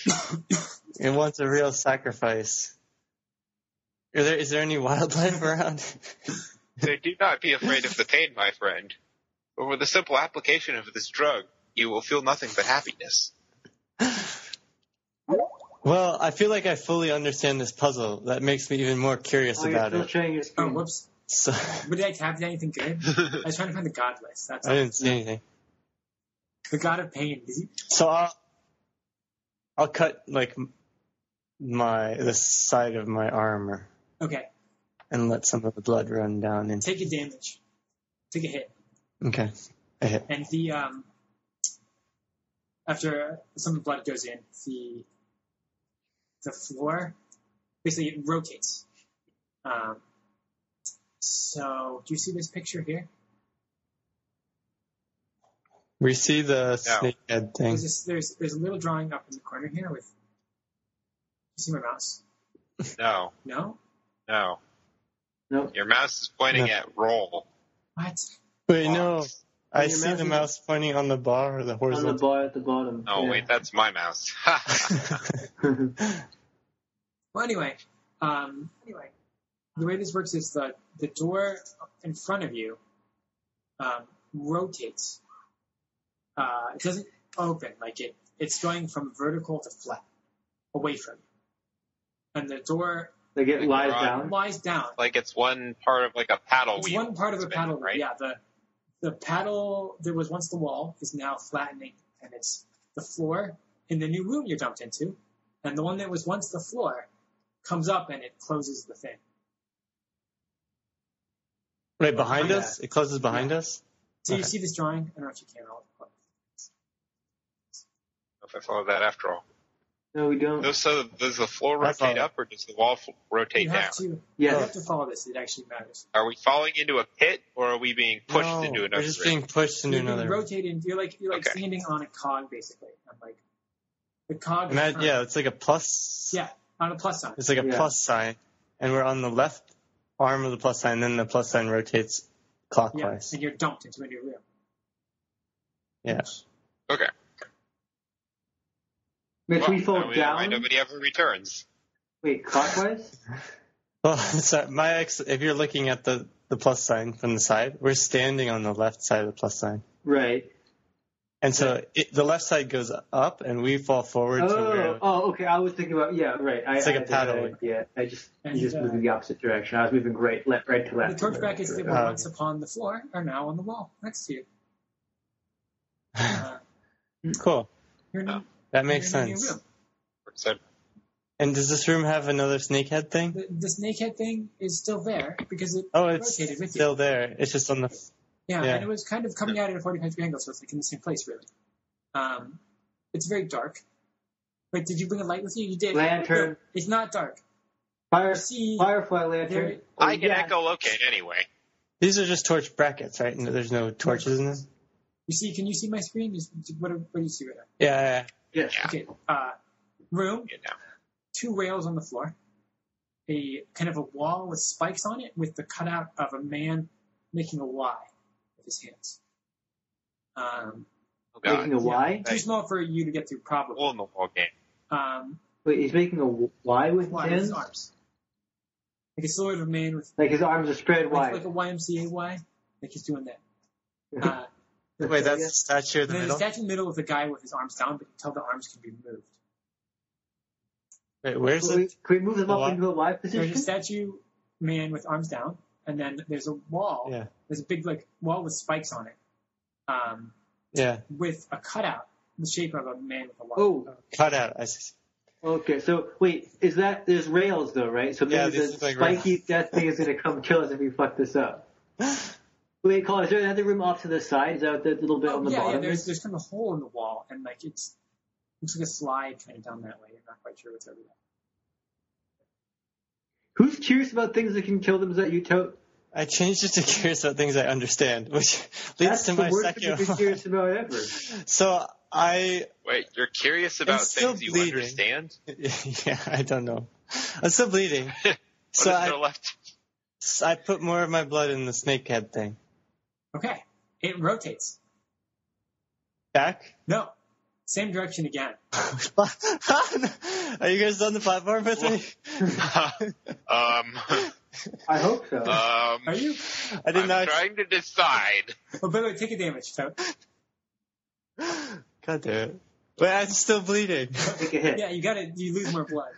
Speaker 3: wants a real sacrifice. Are there, is there any wildlife around?
Speaker 2: They do not be afraid of the pain, my friend. But with the simple application of this drug, you will feel nothing but happiness.
Speaker 3: well, I feel like I fully understand this puzzle. That makes me even more curious
Speaker 4: Oh, you're
Speaker 3: about
Speaker 4: still
Speaker 3: it.
Speaker 4: sharing your
Speaker 1: Oh,
Speaker 4: screen.
Speaker 1: whoops.
Speaker 3: So,
Speaker 1: What did I tab? Did anything good? I was trying to find the god list. That's
Speaker 3: I
Speaker 1: all.
Speaker 3: didn't see anything.
Speaker 1: The god of pain. Did you?
Speaker 3: So I'll I'll cut like m- my the side of my armor
Speaker 1: Okay.
Speaker 3: and let some of the blood run down. And
Speaker 1: Take a damage. Take a hit.
Speaker 3: okay, I hit.
Speaker 1: And the um, after some of the blood goes in, the the floor basically it rotates. Um, so do you see this picture here?
Speaker 3: We see the
Speaker 2: No.
Speaker 3: snake head thing.
Speaker 1: There's this, there's there's a little drawing up in the corner here with. You see my mouse?
Speaker 2: No,
Speaker 1: No.
Speaker 2: no.
Speaker 4: Nope.
Speaker 2: Your mouse is pointing
Speaker 3: No.
Speaker 2: at roll. Oh,
Speaker 1: What?
Speaker 3: Wait, no,
Speaker 2: box.
Speaker 3: I
Speaker 4: Can you
Speaker 3: see the
Speaker 4: imagine-
Speaker 3: mouse pointing on the bar or the
Speaker 4: On the
Speaker 3: horizontal.
Speaker 4: bar at the bottom.
Speaker 2: No,
Speaker 4: yeah.
Speaker 2: Oh, wait, that's my mouse.
Speaker 1: Well, anyway, um, anyway, the way this works is that the door in front of you um, rotates. Uh, it doesn't open like it. It's going from vertical to flat, away from you. And the door
Speaker 4: They get
Speaker 2: Like
Speaker 4: lies
Speaker 2: garage.
Speaker 4: down.
Speaker 1: lies down.
Speaker 2: like it's one part of like a paddle
Speaker 1: It's
Speaker 2: wheel.
Speaker 1: one part of a
Speaker 2: spinning,
Speaker 1: paddle,
Speaker 2: right?
Speaker 1: yeah. The the paddle that was once the wall is now flattening, and it's the floor in the new room you're dumped into, and the one that was once the floor comes up and it closes the thing.
Speaker 3: Right behind
Speaker 1: Yeah.
Speaker 3: us? It closes behind us?
Speaker 1: So you
Speaker 3: Okay.
Speaker 1: see this drawing? I don't know if you can. I'll,
Speaker 2: If I follow that after all.
Speaker 5: No, we don't.
Speaker 2: No, so does the floor
Speaker 3: That's
Speaker 2: rotate
Speaker 3: all.
Speaker 2: up or does the wall f- rotate
Speaker 1: You
Speaker 2: down?
Speaker 1: have to,
Speaker 5: Yes.
Speaker 1: you have to follow this. It actually matters.
Speaker 2: Are we falling into a pit or are we being pushed into another
Speaker 3: We're just
Speaker 2: room?
Speaker 3: being pushed into
Speaker 1: You're being
Speaker 3: another. room.
Speaker 1: rotated. You're like you're like
Speaker 2: Okay.
Speaker 1: standing on a cog basically. I'm like the cog.
Speaker 3: And that,
Speaker 1: on-
Speaker 3: yeah, it's like a plus.
Speaker 1: yeah, on a plus sign.
Speaker 3: It's like a
Speaker 5: Yeah.
Speaker 3: plus sign, and we're on the left arm of the plus sign. Then the plus sign rotates
Speaker 1: Yeah,
Speaker 3: clockwise.
Speaker 1: and you're dumped into a new room.
Speaker 3: Yeah.
Speaker 2: Okay.
Speaker 5: Mitch,
Speaker 2: Well,
Speaker 5: we
Speaker 2: now
Speaker 5: fold
Speaker 2: we- Why
Speaker 5: down.
Speaker 2: nobody ever returns?
Speaker 5: Wait, clockwise?
Speaker 3: Well, so my ex, if you're looking at the the plus sign from the side, we're standing on the left side of the plus sign,
Speaker 5: right.
Speaker 3: and so it, the left side goes up, and we fall forward. to
Speaker 5: Oh,
Speaker 3: where,
Speaker 5: oh, okay. I was thinking about yeah, right. I,
Speaker 3: It's like
Speaker 5: I
Speaker 3: a
Speaker 5: had that
Speaker 3: paddle.
Speaker 5: idea. I just
Speaker 1: And,
Speaker 5: you just
Speaker 1: uh,
Speaker 5: moved in the opposite direction. I was moving right, left, right to
Speaker 1: The
Speaker 5: left.
Speaker 1: torchback is that were
Speaker 3: Um,
Speaker 1: once upon the floor are now on the wall next to you. Uh,
Speaker 3: cool.
Speaker 1: you're in, a-
Speaker 3: That makes
Speaker 1: you're in a new
Speaker 3: sense.
Speaker 1: room.
Speaker 2: So
Speaker 3: And does this room have another snakehead thing?
Speaker 1: The, the snakehead thing is still there because it
Speaker 3: Oh, it's
Speaker 1: rotated with you.
Speaker 3: still there. It's just on the.
Speaker 1: Yeah,
Speaker 3: Yeah.
Speaker 1: and it was kind of coming out at a 45 degree angle, so it's like in the same place, really. Um, it's very dark. Wait, did you bring a light with you? You did.
Speaker 5: Lantern.
Speaker 1: No, it's not dark.
Speaker 5: Fire,
Speaker 1: You see,
Speaker 5: firefly lantern.
Speaker 1: There-
Speaker 5: Oh,
Speaker 2: I can
Speaker 5: yeah.
Speaker 2: echolocate anyway.
Speaker 3: These are just torch brackets, right? And there's no torches in this.
Speaker 1: you see, can you see my screen? Is, what, what do you see right now?
Speaker 3: Yeah, yeah.
Speaker 5: Yes.
Speaker 2: Yeah.
Speaker 1: Okay, uh, room,
Speaker 2: You know.
Speaker 1: two rails on the floor, a kind of a wall with spikes on it with the cutout of a man making a Y with his hands. Um,
Speaker 2: Oh, God.
Speaker 5: Making a Y.
Speaker 1: too small for you to get through, probably.
Speaker 2: Hole in the wall game.
Speaker 1: Um,
Speaker 5: Wait, he's making a w- Y with
Speaker 1: Y with
Speaker 5: his
Speaker 1: his
Speaker 5: hands.
Speaker 1: arms. Like a sort of man with
Speaker 5: Like his arms are spread
Speaker 1: like,
Speaker 5: wide.
Speaker 1: like a YMCA Y, like he's doing that. Uh,
Speaker 3: Wait, that's the statue in the
Speaker 1: there's a
Speaker 3: middle.
Speaker 1: statue in the middle of the guy with his arms down, but you can tell the arms can be moved.
Speaker 3: Wait, where's
Speaker 5: Can we,
Speaker 3: it?
Speaker 5: can we move them
Speaker 3: A
Speaker 5: up
Speaker 3: Y?
Speaker 5: into a Y
Speaker 1: There's
Speaker 5: position?
Speaker 1: a statue man with arms down, and then there's a wall.
Speaker 3: Yeah.
Speaker 1: There's a big like wall with spikes on it, um,
Speaker 3: Yeah,
Speaker 1: with a cutout the shape of a man with a Y.
Speaker 5: Oh,
Speaker 3: cut out. I see.
Speaker 5: okay. So wait, is that there's rails though, right? So maybe
Speaker 3: Yeah,
Speaker 5: the
Speaker 3: these look like
Speaker 5: spiky
Speaker 3: rails.
Speaker 5: death thing is gonna come kill us if we fuck this up. Wait, Cole, is there another room off to the side? Is that that little bit on the
Speaker 1: Oh, yeah,
Speaker 5: bottom?
Speaker 1: yeah. There's there's kind of a hole in the wall, and like it's looks like a slide kind of down that way. You're not quite sure what's over there.
Speaker 5: Who's curious about things that can kill them? Is that you, Tote?
Speaker 3: I changed it to curious about things I understand, which leads
Speaker 5: That's
Speaker 3: to
Speaker 5: the
Speaker 3: my
Speaker 5: worst thing you
Speaker 3: second.
Speaker 5: could
Speaker 3: One.
Speaker 5: curious about ever.
Speaker 3: So I,
Speaker 2: Wait, you're curious about
Speaker 3: still
Speaker 2: things you
Speaker 3: bleeding.
Speaker 2: understand?
Speaker 3: yeah, I don't know. I'm still bleeding.
Speaker 2: What
Speaker 3: so
Speaker 2: is there
Speaker 3: I,
Speaker 2: left?
Speaker 3: I put more of my blood in the snakehead thing.
Speaker 1: Okay, it rotates.
Speaker 3: Back.
Speaker 1: No, same direction again.
Speaker 3: Are you guys on the platform with me?
Speaker 2: um,
Speaker 5: I hope so.
Speaker 3: Uh,
Speaker 2: um,
Speaker 1: Are you?
Speaker 3: I did
Speaker 2: I'm
Speaker 3: not.
Speaker 2: trying to decide.
Speaker 1: Oh, by the way, take a damage. So
Speaker 3: God damn it. Wait, I'm still bleeding.
Speaker 5: Take a hit.
Speaker 1: yeah, you gotta you lose more blood.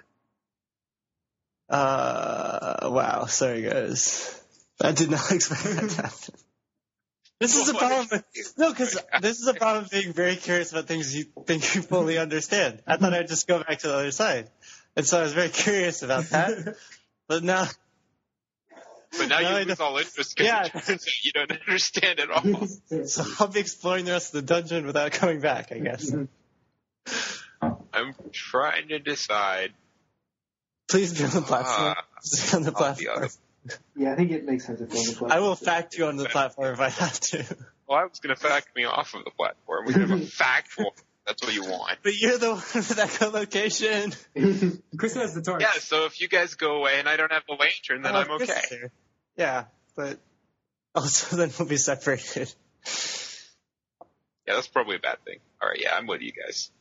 Speaker 3: Uh, wow. Sorry, guys. I did not expect that to happen. This is the problem. With, no, because this is the problem with being very curious about things you think you fully understand. I thought I'd just go back to the other side, and so I was very curious about that. But now,
Speaker 2: But now
Speaker 3: No, I
Speaker 2: you lose
Speaker 3: don't-
Speaker 2: all interest because
Speaker 3: Yeah.
Speaker 2: it turns out you don't understand at all.
Speaker 3: so I'll be exploring the rest of the dungeon without coming back. I guess.
Speaker 2: I'm trying to decide.
Speaker 3: Please be on the platform.
Speaker 2: Ah,
Speaker 3: Stay on the
Speaker 2: I'll be on
Speaker 3: platform.
Speaker 5: Yeah, I think it makes sense if we're on the platform.
Speaker 3: I will fact you on the platform if I have to.
Speaker 2: well, I was going to fact me off of the platform. We're going to have a fact war. That's what you want.
Speaker 3: But you're the one with that co-location.
Speaker 1: Chris has the torch.
Speaker 2: Yeah, so if you guys go away and I don't have the lantern, then
Speaker 3: Oh,
Speaker 2: I'm
Speaker 3: Chris
Speaker 2: okay.
Speaker 3: is there. Yeah, but also then we'll be separated.
Speaker 2: Yeah, that's probably a bad thing. All right, yeah, I'm with you guys.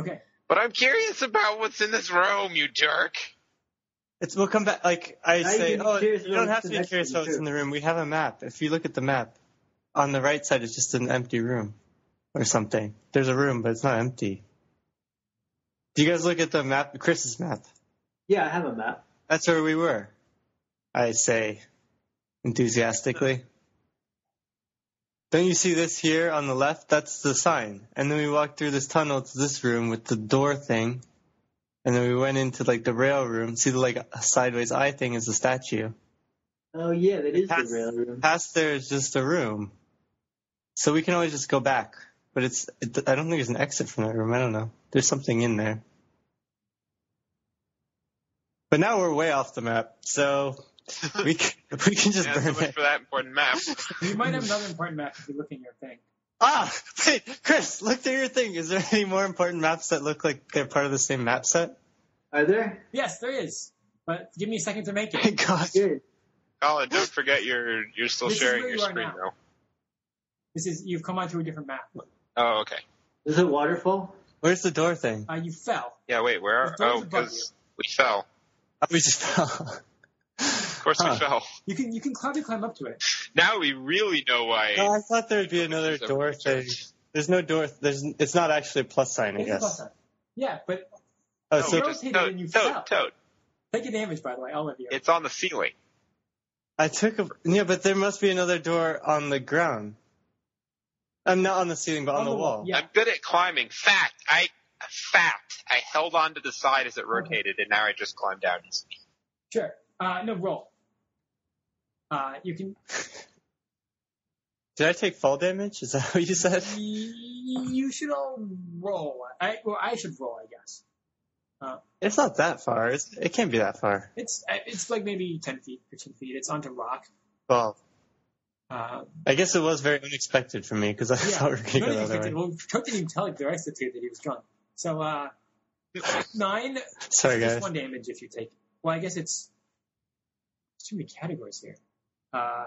Speaker 1: Okay.
Speaker 2: But I'm curious about what's in this room, you jerk.
Speaker 3: It's we'll come back. Like I
Speaker 5: Now you
Speaker 3: say,
Speaker 5: can be
Speaker 3: oh, you
Speaker 5: curious
Speaker 3: don't
Speaker 5: about
Speaker 3: have to
Speaker 5: the
Speaker 3: be
Speaker 5: next
Speaker 3: curious
Speaker 5: one,
Speaker 3: about what's
Speaker 5: too.
Speaker 3: in the room. We have a map. If you look at the map, on the right side it's just an empty room or something. There's a room, but it's not empty. Do you guys look at the map? Chris's map.
Speaker 5: yeah, I have a map.
Speaker 3: That's where we were. I say enthusiastically. Don't you see this here on the left? That's the sign. And then we walked through this tunnel to this room with the door thing. And then we went into like the rail room. See the like sideways eye thing is the statue.
Speaker 5: Oh yeah, that is
Speaker 3: Pass-
Speaker 5: the rail room.
Speaker 3: Past there is just a room. So we can always just go back. But it's, it, I don't think there's an exit from that room. I don't know. There's something in there. But now we're way off the map, so we can, we can just
Speaker 2: Yeah, so
Speaker 3: burn
Speaker 2: much
Speaker 3: it.
Speaker 2: for that important map.
Speaker 1: You might have another important map if you look in your thing.
Speaker 3: Ah, wait, Chris, look through your thing. Is there any more important maps that look like they're part of the same map set?
Speaker 5: Are there?
Speaker 1: Yes, there is. But give me a second to make it.
Speaker 3: Thank God.
Speaker 5: Good.
Speaker 2: Colin, don't forget you're you're still
Speaker 1: This is
Speaker 2: sharing
Speaker 1: where
Speaker 2: your
Speaker 1: you are
Speaker 2: screen
Speaker 1: now. This is you've come onto a different map.
Speaker 2: now. Oh, okay.
Speaker 5: Is it waterfall?
Speaker 3: Where's the door thing?
Speaker 1: Uh, you fell.
Speaker 2: Yeah, wait, where are?
Speaker 1: The door's
Speaker 2: Oh,
Speaker 1: above
Speaker 2: because we fell.
Speaker 3: Oh, we just fell.
Speaker 2: Of course,
Speaker 3: Huh.
Speaker 2: we fell.
Speaker 1: You can you can climb to climb up to it.
Speaker 2: Now we really know why.
Speaker 3: No, Oh, I thought there'd be another
Speaker 2: There's a
Speaker 3: door
Speaker 2: picture.
Speaker 3: thing. There's no door. There's. It's not actually a plus sign, I
Speaker 1: It's a plus
Speaker 3: guess.
Speaker 1: sign. Yeah, but
Speaker 3: Oh,
Speaker 2: No,
Speaker 1: You
Speaker 3: so
Speaker 2: just-
Speaker 1: rotated
Speaker 2: toad,
Speaker 1: and you
Speaker 2: toad,
Speaker 1: fell.
Speaker 2: toad.
Speaker 1: take a damage by the way, all of you.
Speaker 2: It's on the ceiling.
Speaker 3: I took a. Yeah, but there must be another door on the ground. I'm not on the ceiling, but on, the, wall.
Speaker 1: Yeah.
Speaker 2: I'm good at climbing. Fact, I fact, I held on to the side as it rotated, and now I just climbed down. easy.
Speaker 1: Sure. Uh, no roll. Uh, you can
Speaker 3: Did I take fall damage? Is that what you said?
Speaker 1: you should all roll. I well I should roll I guess.
Speaker 3: It's not that far. It's, it can't be that far.
Speaker 1: It's uh, it's like maybe ten feet, fifteen feet. It's onto rock.
Speaker 3: Well,
Speaker 1: Uh,
Speaker 3: I guess it was very unexpected for me because I
Speaker 1: yeah.
Speaker 3: thought we were going to
Speaker 1: None
Speaker 3: go
Speaker 1: of you
Speaker 3: the other
Speaker 1: expected-
Speaker 3: way.
Speaker 1: Well, Cook didn't even tell like, the rest of the two that he was drunk. So uh, nine
Speaker 3: Sorry,
Speaker 1: It's just
Speaker 3: guys.
Speaker 1: one damage if you take. Well, I guess it's there's too many categories here. Uh,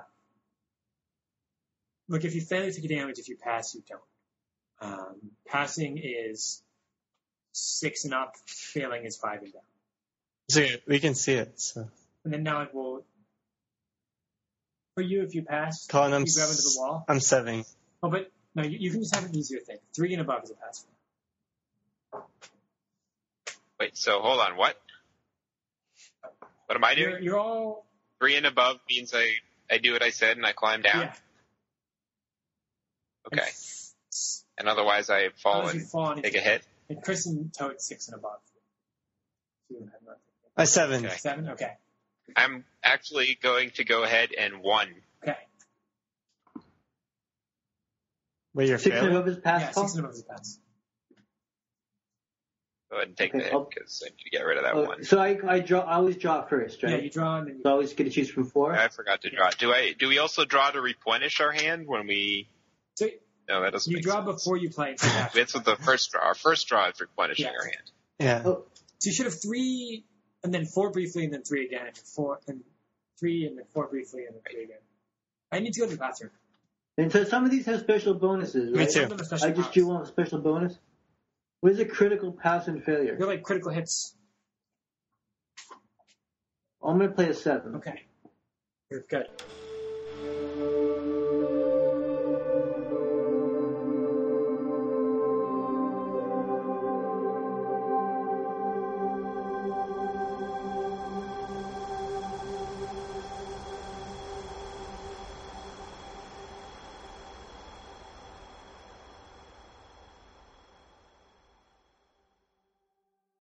Speaker 1: look, if you fail, you take a damage. If you pass, you don't. Um, passing is six and up. Failing is five and down.
Speaker 3: So yeah, we can see it. So
Speaker 1: And then now it will. For you, if you pass,
Speaker 3: Colin, I'm
Speaker 1: you grab into the
Speaker 3: s-
Speaker 1: wall.
Speaker 3: I'm seven.
Speaker 1: Oh, but no, you, you can just have an easier thing. Three and above is a pass.
Speaker 2: Wait, so hold on. What? What am I doing?
Speaker 1: You're, you're all
Speaker 2: Three and above means I I do what I said and I climb down.
Speaker 1: yeah.
Speaker 2: Okay,
Speaker 1: And,
Speaker 2: and otherwise I fall
Speaker 1: unless you
Speaker 2: and
Speaker 1: fall and
Speaker 2: take a hit.
Speaker 1: And Chris and Toad six and above. You don't have nothing.
Speaker 3: I seven.
Speaker 2: Okay.
Speaker 1: Seven? Okay.
Speaker 2: I'm actually going to go ahead and one.
Speaker 1: Okay.
Speaker 3: Wait, you're
Speaker 5: Six and
Speaker 3: failing.
Speaker 5: above is
Speaker 1: Yeah,
Speaker 5: pass
Speaker 1: six
Speaker 5: call.
Speaker 1: and above is a pass.
Speaker 2: Go ahead and take
Speaker 5: Okay,
Speaker 2: the
Speaker 5: I'll-
Speaker 2: hit because I need to get rid of that
Speaker 5: Oh,
Speaker 2: one.
Speaker 5: so I, I draw. I always draw first,
Speaker 1: Yeah,
Speaker 5: right?
Speaker 1: you draw and then
Speaker 5: so I
Speaker 1: you.
Speaker 5: always get to choose from four.
Speaker 2: I forgot to draw. Do I? Do we also draw to replenish our hand when we?
Speaker 1: So
Speaker 2: No, that doesn't.
Speaker 1: you
Speaker 2: make
Speaker 1: draw
Speaker 2: sense.
Speaker 1: before you play. so you have to.
Speaker 2: That's what the first draw. Our first draw is replenishing
Speaker 1: Yeah.
Speaker 2: our hand.
Speaker 3: Yeah.
Speaker 5: Oh.
Speaker 1: So you should have three and then four briefly and then three again and four and three and then four briefly and then three again. I need to go to the bathroom.
Speaker 5: And so some of these have special bonuses,
Speaker 3: Me
Speaker 5: right?
Speaker 3: too.
Speaker 1: Some of them are special
Speaker 5: I just
Speaker 1: powers.
Speaker 5: drew one with a special bonus. What is a critical pass and failure?
Speaker 1: They're like critical hits.
Speaker 5: I'm gonna play a seven.
Speaker 1: Okay. You're good.